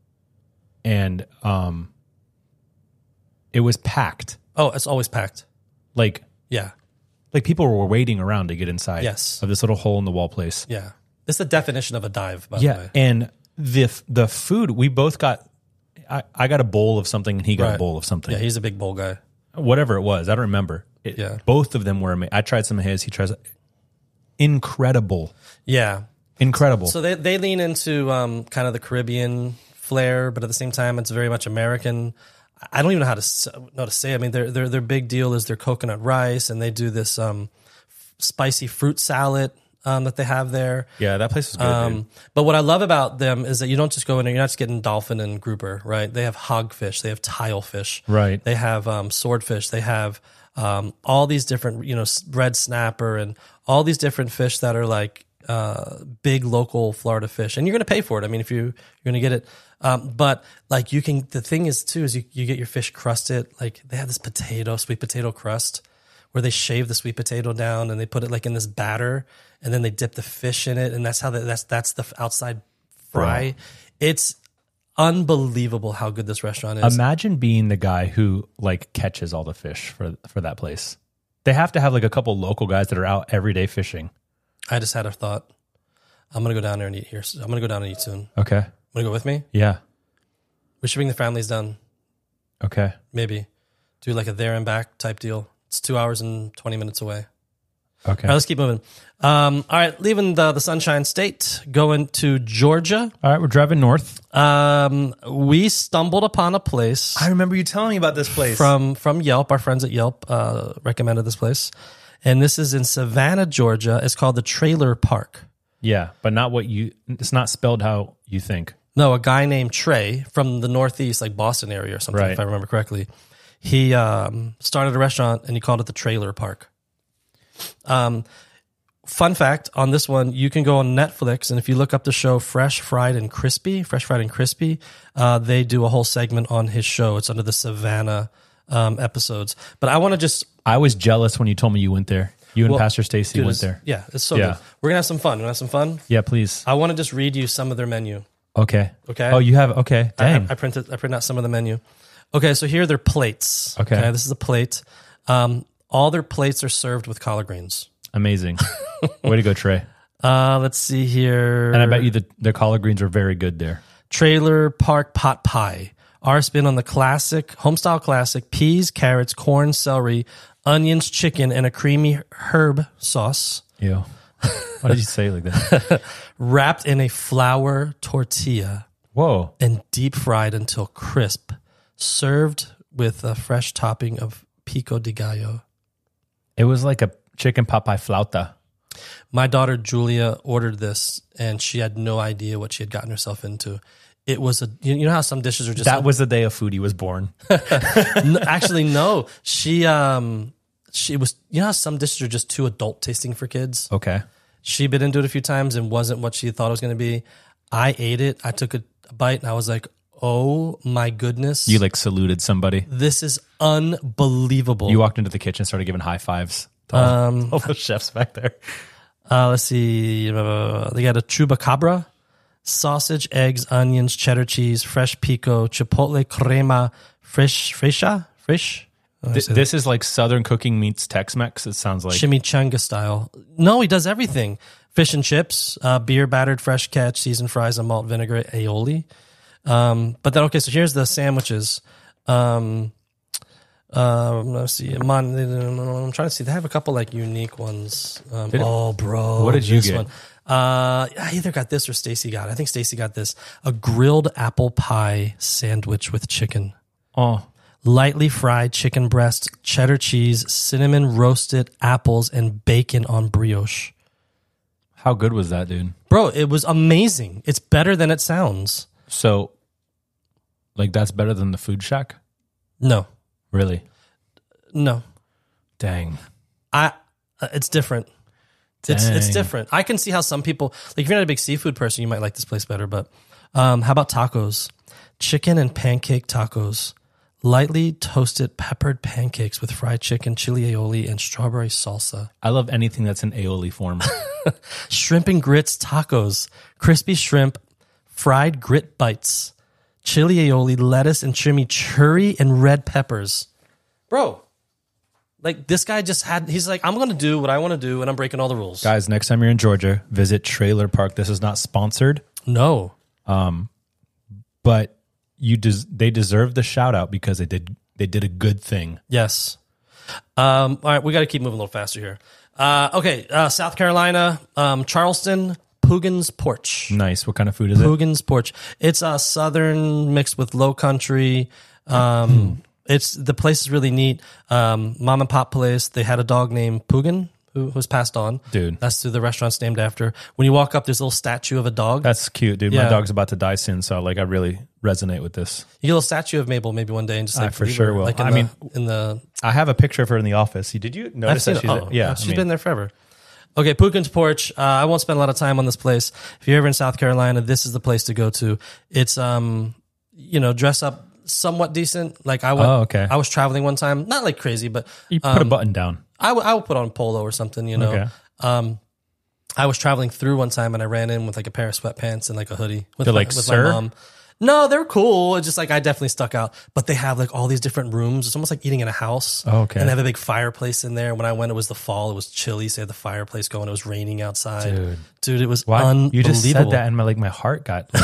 Speaker 1: and um, it was packed.
Speaker 2: Oh, it's always packed.
Speaker 1: Like
Speaker 2: Yeah,
Speaker 1: like people were waiting around to get inside.
Speaker 2: Yes.
Speaker 1: of this little hole in the wall place.
Speaker 2: yeah. It's the definition of a dive, by the
Speaker 1: Yeah,
Speaker 2: way.
Speaker 1: and the f- the food we both got. I, I got a bowl of something, and he got
Speaker 2: Right.
Speaker 1: a bowl of something.
Speaker 2: Yeah, he's a big bowl guy.
Speaker 1: Whatever it was, I don't remember. It,
Speaker 2: Yeah.
Speaker 1: both of them were amazing. I tried some of his. He tries incredible,
Speaker 2: Yeah.
Speaker 1: incredible.
Speaker 2: So they, they lean into um, kind of the Caribbean flair, but at the same time, it's very much American. I don't even know how to s- know to say. it. I mean, their their their big deal is their coconut rice, and they do this um, spicy fruit salad um, that they have there.
Speaker 1: yeah, that place was good. dude.
Speaker 2: Um, but what I love about them is that you don't just go in there, you're not just getting dolphin and grouper, right? They have hogfish, they have tilefish,
Speaker 1: Right.
Speaker 2: They have um, swordfish, they have um, all these different, you know, s- red snapper and all these different fish that are like uh, big local Florida fish. And you're going to pay for it. I mean, if you, you're going to get it. Um, but like you can, the thing is too, is you, you get your fish crusted. Like they have this potato, sweet potato crust where they shave the sweet potato down and they put it like in this batter and then they dip the fish in it and that's how the, that's that's the f- outside fry. It's unbelievable how good this restaurant is.
Speaker 1: Imagine being the guy who like catches all the fish for for that place. They have to have like a couple local guys that are out every day fishing.
Speaker 2: I just had a thought. I'm gonna go down there and eat here. So I'm gonna go down and eat soon.
Speaker 1: Okay.
Speaker 2: Wanna go with me?
Speaker 1: Yeah.
Speaker 2: We should bring the families down.
Speaker 1: Okay.
Speaker 2: Maybe do like a there and back type deal. It's two hours and twenty minutes away.
Speaker 1: Okay.
Speaker 2: All right,
Speaker 1: Uh,
Speaker 2: let's keep moving. Um, all right, leaving the, the Sunshine State, going to Georgia.
Speaker 1: All right, we're driving north.
Speaker 2: Um, we stumbled upon a place.
Speaker 1: remember you telling me about this place.
Speaker 2: from from Yelp. Our friends at Yelp uh, recommended this place, and this is in Savannah, Georgia. It's called the Trailer Park.
Speaker 1: Yeah, but not what you. It's not spelled how you think.
Speaker 2: No, a guy named Trey from the Northeast, like Boston area or something,
Speaker 1: Right.
Speaker 2: if I remember correctly. He um, started a restaurant and he called it the Trailer Park. Um, fun fact on this one, you can go on Netflix and if you look up the show Fresh Fried and Crispy, Fresh Fried and Crispy, uh, they do a whole segment on his show. It's under the Savannah um, episodes. But I want to just
Speaker 1: I was jealous when you told me you went there. You and
Speaker 2: Well,
Speaker 1: Pastor Stacy went
Speaker 2: it's-
Speaker 1: there.
Speaker 2: Yeah, it's so
Speaker 1: Yeah.
Speaker 2: good. We're gonna have some fun. We're gonna have some fun.
Speaker 1: Yeah, please.
Speaker 2: I want to just read you some of their menu.
Speaker 1: Okay.
Speaker 2: Okay.
Speaker 1: Oh, you have okay.
Speaker 2: I,
Speaker 1: Dang.
Speaker 2: I printed. I printed out some of the menu. Okay, so here are their plates.
Speaker 1: Okay.
Speaker 2: this is a plate. Um, all their plates are served with collard greens.
Speaker 1: Amazing. Way to go, Trey.
Speaker 2: Uh, let's see here.
Speaker 1: And I bet you the, the collard greens are very good there.
Speaker 2: Trailer Park Pot Pie. Our spin on the classic, homestyle classic, peas, carrots, corn, celery, onions, chicken, and a creamy herb sauce
Speaker 1: Ew. Why did you say it like that?
Speaker 2: wrapped in a flour tortilla.
Speaker 1: Whoa.
Speaker 2: and deep fried until crisp, served with a fresh topping of pico de gallo.
Speaker 1: It was like a chicken Popeye flauta.
Speaker 2: My daughter Julia ordered this and she had no idea what she had gotten herself into. It was a you you know how some dishes are just
Speaker 1: That was the day a foodie was born.
Speaker 2: N- actually no she um she was you know how some dishes are just too adult tasting for kids.
Speaker 1: Okay.
Speaker 2: She bit into it a few times and wasn't what she thought it was going to be. I ate it. I took a bite and I was like, "Oh my goodness,
Speaker 1: You like saluted somebody.
Speaker 2: this is unbelievable."
Speaker 1: You walked into the kitchen, started giving high fives to all, all the chefs back there.
Speaker 2: Uh, let's see. blah, blah, blah, blah. They got a chubacabra, sausage, eggs, onions, cheddar cheese, fresh pico, chipotle crema, fresh, fresha, fresh,
Speaker 1: Th- this is like Southern cooking meets Tex Mex, it sounds like.
Speaker 2: chimichanga style. No, he does everything. Fish and chips, uh, beer battered, fresh catch, seasoned fries, and malt vinegar aioli. Um, but then, okay, so here's the sandwiches. Um, um, let's see. Mon- I'm trying to see. They have a couple like unique ones. Um, oh, bro,
Speaker 1: What did you
Speaker 2: this
Speaker 1: get?
Speaker 2: Uh, I either got this or Stacy got. It. I think Stacy got this. A grilled apple pie sandwich with chicken
Speaker 1: oh,
Speaker 2: lightly fried chicken breast, cheddar cheese, cinnamon roasted apples, and bacon on brioche.
Speaker 1: how good was that, dude?
Speaker 2: Bro, it was amazing. It's better than it sounds.
Speaker 1: So, like, that's better than the food shack?
Speaker 2: No,
Speaker 1: Really?
Speaker 2: no,
Speaker 1: Dang.
Speaker 2: I. uh, It's different. It's it's
Speaker 1: Dang.
Speaker 2: different. I can see how some people like if you're not a big seafood person, you might like this place better. But um, how about tacos? Chicken and pancake tacos. Lightly toasted peppered pancakes with fried chicken, chili aioli, and strawberry salsa.
Speaker 1: I love anything that's in aioli form.
Speaker 2: shrimp and grits tacos, crispy shrimp, fried grit bites, chili aioli, lettuce and chimichurri and red peppers. Bro, like this guy just had, he's like, I'm going to do what I want to do and I'm breaking all the rules.
Speaker 1: Guys, next time you're in Georgia, visit Trailer Park. This is not sponsored,
Speaker 2: No.
Speaker 1: but you des- they deserve the shout out because they did they did a good thing.
Speaker 2: Yes. Um, all right, we got to keep moving a little faster here. Uh, okay, uh, South Carolina, um, Charleston, Pugin's Porch.
Speaker 1: Nice. What kind of food is it?
Speaker 2: Pugin's Porch. It's a southern mixed with low country. Um, it's the place is really neat. Um, mom and pop place. They had a dog named Pugin who was passed on.
Speaker 1: Dude.
Speaker 2: that's who the restaurant's named after. When you walk up, there's a little statue of a dog.
Speaker 1: That's cute, dude.
Speaker 2: Yeah.
Speaker 1: My dog's about to die soon, so like I really resonate with this.
Speaker 2: you get a little statue of Mabel maybe one day and just like
Speaker 1: for
Speaker 2: leave
Speaker 1: sure
Speaker 2: her,
Speaker 1: will.
Speaker 2: Like in
Speaker 1: I
Speaker 2: the,
Speaker 1: mean-
Speaker 2: in the
Speaker 1: I have a picture of her in the office. You- Did you
Speaker 2: I've
Speaker 1: notice
Speaker 2: seen
Speaker 1: that
Speaker 2: it.
Speaker 1: she's
Speaker 2: Oh,
Speaker 1: yeah?
Speaker 2: yeah, she's
Speaker 1: I mean,
Speaker 2: been there forever. Okay, Pukin's Porch. Uh, I won't spend a lot of time on this place. If you're ever in South Carolina, this is the place to go to. It's um, you know, dress up somewhat decent. Like I went,
Speaker 1: Oh, okay.
Speaker 2: I was traveling one time, not like crazy, but
Speaker 1: You put a button down.
Speaker 2: I would I would put on polo or something. You know,
Speaker 1: Okay.
Speaker 2: um, I was traveling through one time and I ran in with like a pair of sweatpants and like a hoodie. With
Speaker 1: They're
Speaker 2: my-
Speaker 1: like,
Speaker 2: with
Speaker 1: "Sir?"
Speaker 2: my mom. No, they're cool. It's just like I definitely stuck out. But they have like all these different rooms. It's almost like eating in a house.
Speaker 1: Oh, okay.
Speaker 2: And they have a big fireplace in there. When I went, it was the fall. It was chilly. So they had the fireplace going. It was raining outside. Dude, it was
Speaker 1: Why?
Speaker 2: unbelievable.
Speaker 1: You just said that, and my like my heart got. like-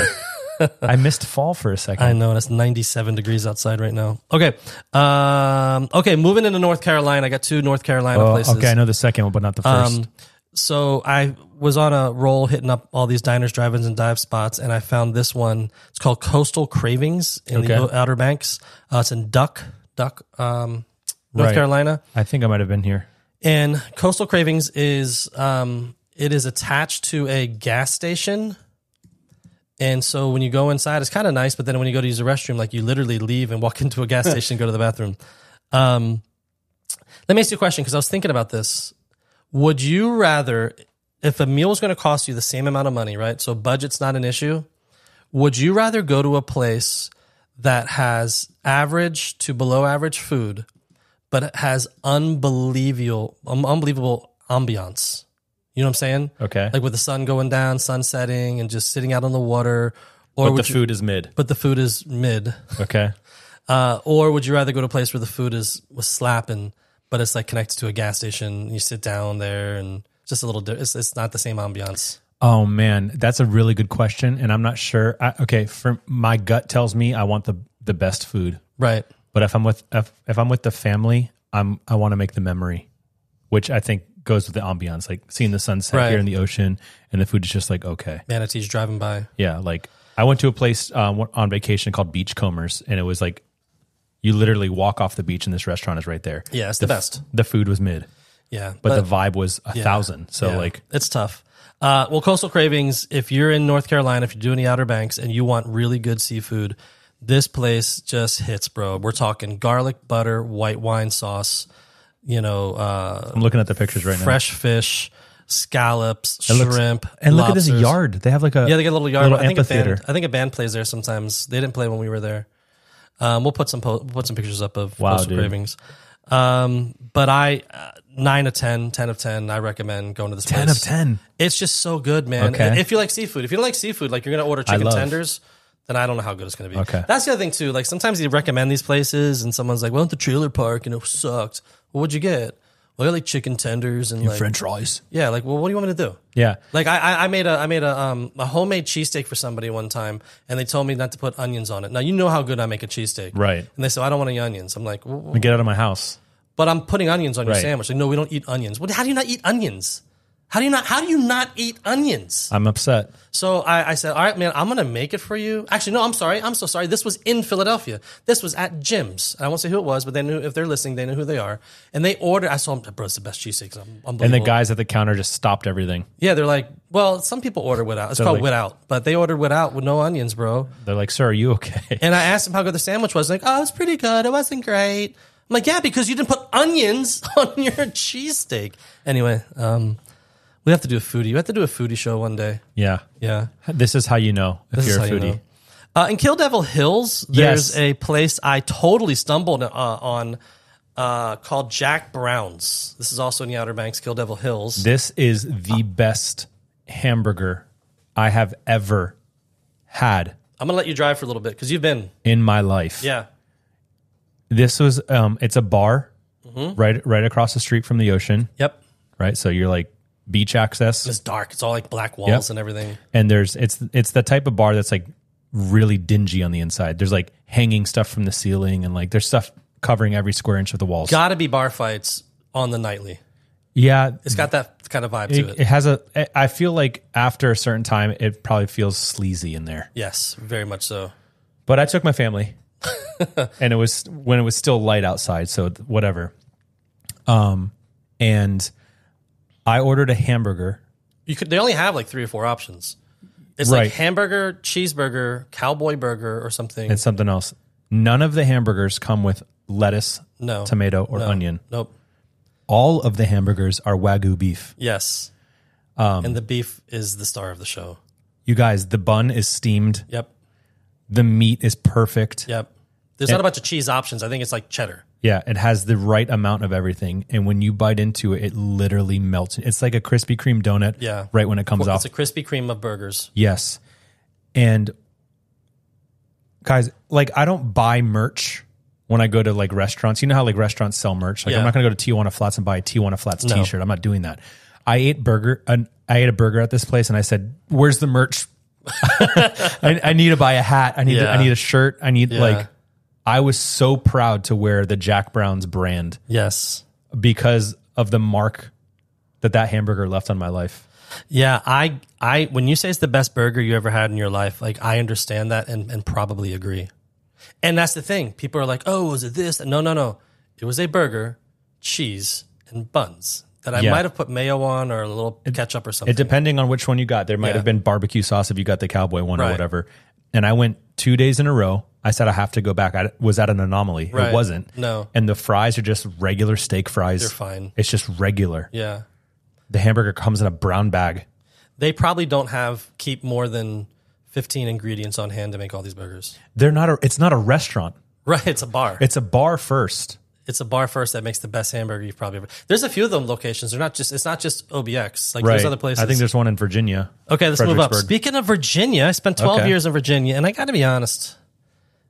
Speaker 1: I missed fall for a second.
Speaker 2: I know, and it's 97 degrees outside right now. Okay. Um, okay, moving into North Carolina. I got two North Carolina
Speaker 1: Oh,
Speaker 2: places.
Speaker 1: okay, I know the second one, but not the first.
Speaker 2: Um, so I was on a roll hitting up all these diners, drive-ins, and dive spots, and I found this one. It's called Coastal Cravings in the
Speaker 1: Okay.
Speaker 2: Outer Banks. Uh, it's in Duck, Duck, um, North
Speaker 1: Right.
Speaker 2: Carolina.
Speaker 1: I think I might have been here.
Speaker 2: And Coastal Cravings is um, it is attached to a gas station. And so when you go inside, it's kind of nice. But then when you go to use the restroom, like you literally leave and walk into a gas station, and go to the bathroom. Um, let me ask you a question because I was thinking about this. Would you rather, if a meal is going to cost you the same amount of money, right? So budget's not an issue. Would you rather go to a place that has average to below average food, but it has unbelievable, um, unbelievable ambiance? You know what I'm saying?
Speaker 1: Okay.
Speaker 2: Like with the sun going down, sun setting, and just sitting out on the water. Or
Speaker 1: but the
Speaker 2: would you,
Speaker 1: food is mid.
Speaker 2: but the food is mid.
Speaker 1: Okay.
Speaker 2: Uh, or would you rather go to a place where the food is was slapping, but it's like connected to a gas station? And you sit down there and it's just a little. di- It's it's not the same ambiance.
Speaker 1: Oh man, that's a really good question, and I'm not sure. I, okay, for my gut tells me I want the the best food,
Speaker 2: Right.
Speaker 1: but if I'm with if, if I'm with the family, I'm I want to make the memory, which I think goes with the ambiance, like seeing the sunset
Speaker 2: Right.
Speaker 1: here in the ocean, and the food is just like okay,
Speaker 2: Manatees driving by.
Speaker 1: yeah. Like I went to a place um, on vacation called Beachcombers, and it was like you literally walk off the beach, and this restaurant is right there.
Speaker 2: Yeah, it's the best.
Speaker 1: The food was mid,
Speaker 2: Yeah,
Speaker 1: but, the vibe was a thousand. So
Speaker 2: Yeah,
Speaker 1: like
Speaker 2: it's tough. Uh, well, coastal cravings. If you're in North Carolina, if you do any Outer Banks, and you want really good seafood, this place just hits, bro. We're talking garlic butter, white wine sauce. You know, uh,
Speaker 1: I'm looking at the pictures right now.
Speaker 2: fresh fish, scallops,
Speaker 1: looks-
Speaker 2: shrimp,
Speaker 1: And look at this
Speaker 2: lobsters.
Speaker 1: yard. They have like a
Speaker 2: Yeah, they get a little yard.
Speaker 1: little
Speaker 2: I think A
Speaker 1: amphitheater.
Speaker 2: band, I think a band plays there sometimes. They didn't play when we were there. Um, we'll put some po- we'll put some pictures up of
Speaker 1: Wow,
Speaker 2: Coastal
Speaker 1: dude.
Speaker 2: Cravings. Um, but I uh, nine of 10, 10 of ten. I recommend going to this.
Speaker 1: 10
Speaker 2: place.
Speaker 1: of 10.
Speaker 2: It's just so good, man.
Speaker 1: Okay.
Speaker 2: If you like seafood, if you don't like seafood, like you're gonna order chicken
Speaker 1: love-
Speaker 2: tenders. Then I don't know how good it's going to be.
Speaker 1: Okay.
Speaker 2: That's the other thing too. Like sometimes you recommend these places, and someone's like, "Well, at the trailer park, and it sucked." Well, what'd you get? Well, I like chicken tenders and like
Speaker 1: fries.
Speaker 2: yeah, like well, what do you want me to do?
Speaker 1: uh, Yeah.
Speaker 2: Like I, I- I made a I made a um a homemade cheesesteak for somebody one time, and they told me not to put onions on it. Now you know how good I make a cheesesteak,
Speaker 1: Right.
Speaker 2: And they said I don't want any onions. I'm like, "Well,
Speaker 1: Get out of my house.
Speaker 2: but I'm putting onions on your
Speaker 1: Right.
Speaker 2: sandwich. Like, no, we don't eat onions. Well, how do you not eat onions? How do you not How do you not eat onions?
Speaker 1: I'm upset.
Speaker 2: So I, I said, all right, man, I'm gonna make it for you. Actually, no, I'm sorry, I'm so sorry. This was in Philadelphia. This was at Jim's. I won't say who it was, but they knew if they're listening, they know who they are. And they ordered. I saw them, bro, it's the best cheesesteak. Unbelievable.
Speaker 1: And the guys at the counter just stopped everything.
Speaker 2: Yeah, they're like, well, some people order without. It's called
Speaker 1: like-
Speaker 2: without, but they ordered without with no onions, bro.
Speaker 1: They're like, "Sir, are you okay?"
Speaker 2: And I asked them how good the sandwich was. Like, oh, it's pretty good. It wasn't great. I'm like, yeah, because you didn't put onions on your cheesesteak. Anyway, um, we have to do a foodie. You have to do a foodie show one day.
Speaker 1: Yeah.
Speaker 2: Yeah,
Speaker 1: This is how you know if
Speaker 2: this is
Speaker 1: you're a
Speaker 2: how you
Speaker 1: foodie.
Speaker 2: know. Uh, in Kill Devil Hills, there's
Speaker 1: Yes.
Speaker 2: a place I totally stumbled uh, on uh, called Jack Brown's. This is also in the Outer Banks, Kill Devil Hills.
Speaker 1: This is the best hamburger I have ever had
Speaker 2: I'm gonna let you drive for a little bit because you've been.
Speaker 1: in my life.
Speaker 2: Yeah.
Speaker 1: This was um it's a bar right right across the street from the ocean,
Speaker 2: Yep.
Speaker 1: right? So you're like beach access.
Speaker 2: It's dark. It's all like black walls
Speaker 1: Yep.
Speaker 2: and everything.
Speaker 1: and there's it's it's the type of bar that's like really dingy on the inside. There's like hanging stuff from the ceiling and like there's stuff covering every square inch of the walls.
Speaker 2: Got to be bar fights on the nightly.
Speaker 1: yeah,
Speaker 2: It's got that kind of vibe to
Speaker 1: it,
Speaker 2: it.
Speaker 1: it has a. I feel like after a certain time, it probably feels sleazy in there.
Speaker 2: Yes, very much so.
Speaker 1: But I took my family, and it was when it was still light outside, so th- whatever. Um, and I ordered a hamburger.
Speaker 2: You could. They only have like three or four options. It's
Speaker 1: Right.
Speaker 2: like hamburger, cheeseburger, cowboy burger, or something.
Speaker 1: and something else. None of the hamburgers come with lettuce,
Speaker 2: no
Speaker 1: tomato, or
Speaker 2: No.
Speaker 1: onion.
Speaker 2: Nope.
Speaker 1: All of the hamburgers are wagyu beef.
Speaker 2: Yes.
Speaker 1: Um,
Speaker 2: and the beef is the star of the show.
Speaker 1: You guys, the bun is steamed.
Speaker 2: Yep.
Speaker 1: The meat is perfect.
Speaker 2: Yep. There's not a bunch of cheese options. I think it's like cheddar.
Speaker 1: Yeah, it has the right amount of everything. And when you bite into it, it literally melts. It's like a Krispy Kreme donut
Speaker 2: Yeah.
Speaker 1: right when it comes off.
Speaker 2: It's a Krispy Kreme of burgers.
Speaker 1: yes. And guys, like I don't buy merch when I go to like restaurants. You know how like restaurants sell merch? Like
Speaker 2: Yeah.
Speaker 1: I'm not going to go to Tijuana Flats and buy a Tijuana Flats
Speaker 2: No.
Speaker 1: t-shirt. I'm not doing that. I ate burger an, I ate a burger at this place and I said, "Where's the merch?" I, I need to buy a hat. I need to,
Speaker 2: Yeah.
Speaker 1: I need a shirt. I need
Speaker 2: Yeah.
Speaker 1: like I was so proud to wear the Jack Brown's brand
Speaker 2: Yes.
Speaker 1: because of the mark that that hamburger left on my life.
Speaker 2: Yeah, I I when you say it's the best burger you ever had in your life, like I understand that and, and probably agree. And that's the thing. People are like, "Oh, was it this?" No, no, no. It was a burger, cheese, and buns that I
Speaker 1: Yeah.
Speaker 2: might have put mayo on or a little ketchup or something.
Speaker 1: It depending on which one you got, there might
Speaker 2: Yeah.
Speaker 1: have been barbecue sauce if you got the cowboy one or
Speaker 2: Right.
Speaker 1: whatever. And I went two days in a row. I said I have to go back. I was that an anomaly?
Speaker 2: Right.
Speaker 1: It wasn't.
Speaker 2: No.
Speaker 1: And the fries are just regular steak fries.
Speaker 2: They're fine.
Speaker 1: It's just regular.
Speaker 2: Yeah.
Speaker 1: The hamburger comes in a brown bag.
Speaker 2: They probably don't have keep more than 15 ingredients on hand to make all these burgers.
Speaker 1: They're not. A, it's not a restaurant.
Speaker 2: Right, it's a bar.
Speaker 1: It's a bar first.
Speaker 2: it's a bar first that makes the best hamburger you've probably ever. There's a few of them locations. They're not just. It's not just OBX. Like there's other places.
Speaker 1: I think there's one in Virginia.
Speaker 2: okay, let's move up.
Speaker 1: Fredericksburg.
Speaker 2: Speaking of Virginia, I spent 12
Speaker 1: Okay.
Speaker 2: years in Virginia, and I got to be honest,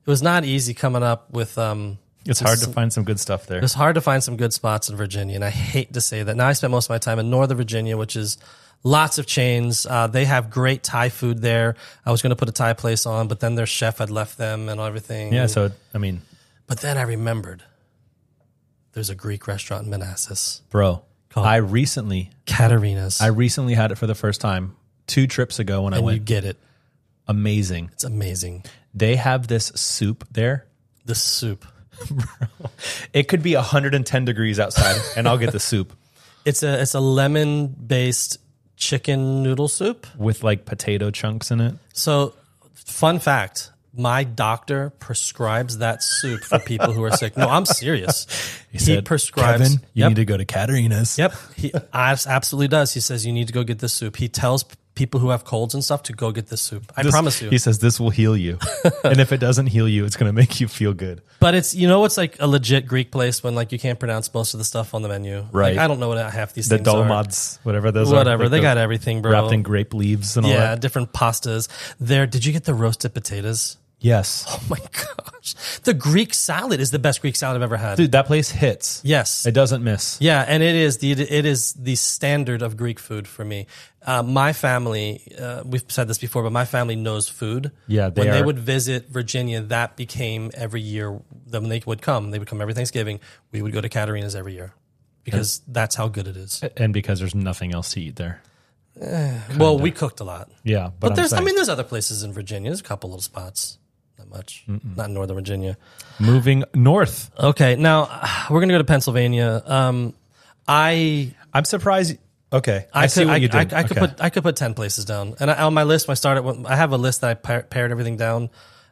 Speaker 2: it was not easy coming up with. um
Speaker 1: It's hard to find some good stuff there.
Speaker 2: It was hard to find some good spots in Virginia, and I hate to say that. Now I spent most of my time in Northern Virginia, which is lots of chains. Uh, they have great Thai food there. I was going to put a Thai place on, but then their chef had left them and everything.
Speaker 1: Yeah. So I mean,
Speaker 2: But then I remembered there's a Greek restaurant in Manassas.
Speaker 1: bro, I recently,
Speaker 2: Katarina's.
Speaker 1: I recently had it for the first time two trips ago when I
Speaker 2: and
Speaker 1: went.
Speaker 2: you get it.
Speaker 1: Amazing.
Speaker 2: It's amazing.
Speaker 1: They have this soup there.
Speaker 2: The soup.
Speaker 1: It could be 110 degrees outside, and I'll get the soup
Speaker 2: It's a it's a lemon based chicken noodle soup.
Speaker 1: with like potato chunks in it.
Speaker 2: So, fun fact: my doctor prescribes that soup for people who are sick. No, I'm serious. he
Speaker 1: Said, Kevin, you
Speaker 2: yep,
Speaker 1: need to go to Katarina's.
Speaker 2: yep. He abs- absolutely does. He says you need to go get this soup. He tells p- people who have colds and stuff to go get this soup. I
Speaker 1: This-
Speaker 2: promise you.
Speaker 1: He says this will heal you, and if it doesn't heal you, it's going to make you feel good.
Speaker 2: But it's you know it's like a legit Greek place when like you can't pronounce most of the stuff on the menu. Like,
Speaker 1: Right.
Speaker 2: I don't know what half these
Speaker 1: The
Speaker 2: things are.
Speaker 1: dolmads, whatever those are,
Speaker 2: Whatever.
Speaker 1: like
Speaker 2: they
Speaker 1: the
Speaker 2: got everything, bro.
Speaker 1: wrapped in grape leaves and all
Speaker 2: yeah,
Speaker 1: that.
Speaker 2: different pastas. There, did you get the roasted potatoes?
Speaker 1: Yes,
Speaker 2: Oh my gosh. The Greek salad is the best Greek salad I've ever had.
Speaker 1: dude, that place hits.
Speaker 2: Yes.
Speaker 1: It doesn't miss.
Speaker 2: Yeah, and it is the it is the standard of Greek food for me. Uh, my family, uh, we've said this before, but my family knows food.
Speaker 1: Yeah, they
Speaker 2: when they
Speaker 1: are-
Speaker 2: would visit Virginia, that became every year. Then when they would come, they would come every Thanksgiving. We would go to Katarina's every year because that's how good it is.
Speaker 1: And because there's nothing else to eat there.
Speaker 2: Well, we cooked a lot,
Speaker 1: Yeah, but,
Speaker 2: but
Speaker 1: I'm
Speaker 2: there's I
Speaker 1: saying,
Speaker 2: mean there's other places in Virginia. There's a couple little spots, not much, not in Northern Virginia.
Speaker 1: moving north.
Speaker 2: Okay, now we're gonna go to Pennsylvania. Um, I
Speaker 1: I'm surprised. Okay, I,
Speaker 2: I,
Speaker 1: see
Speaker 2: could,
Speaker 1: what
Speaker 2: I,
Speaker 1: you
Speaker 2: I,
Speaker 1: did.
Speaker 2: I could
Speaker 1: Okay.
Speaker 2: put I could put ten places down, and I, on my list, I started. With, I have a list that I par- pared everything down.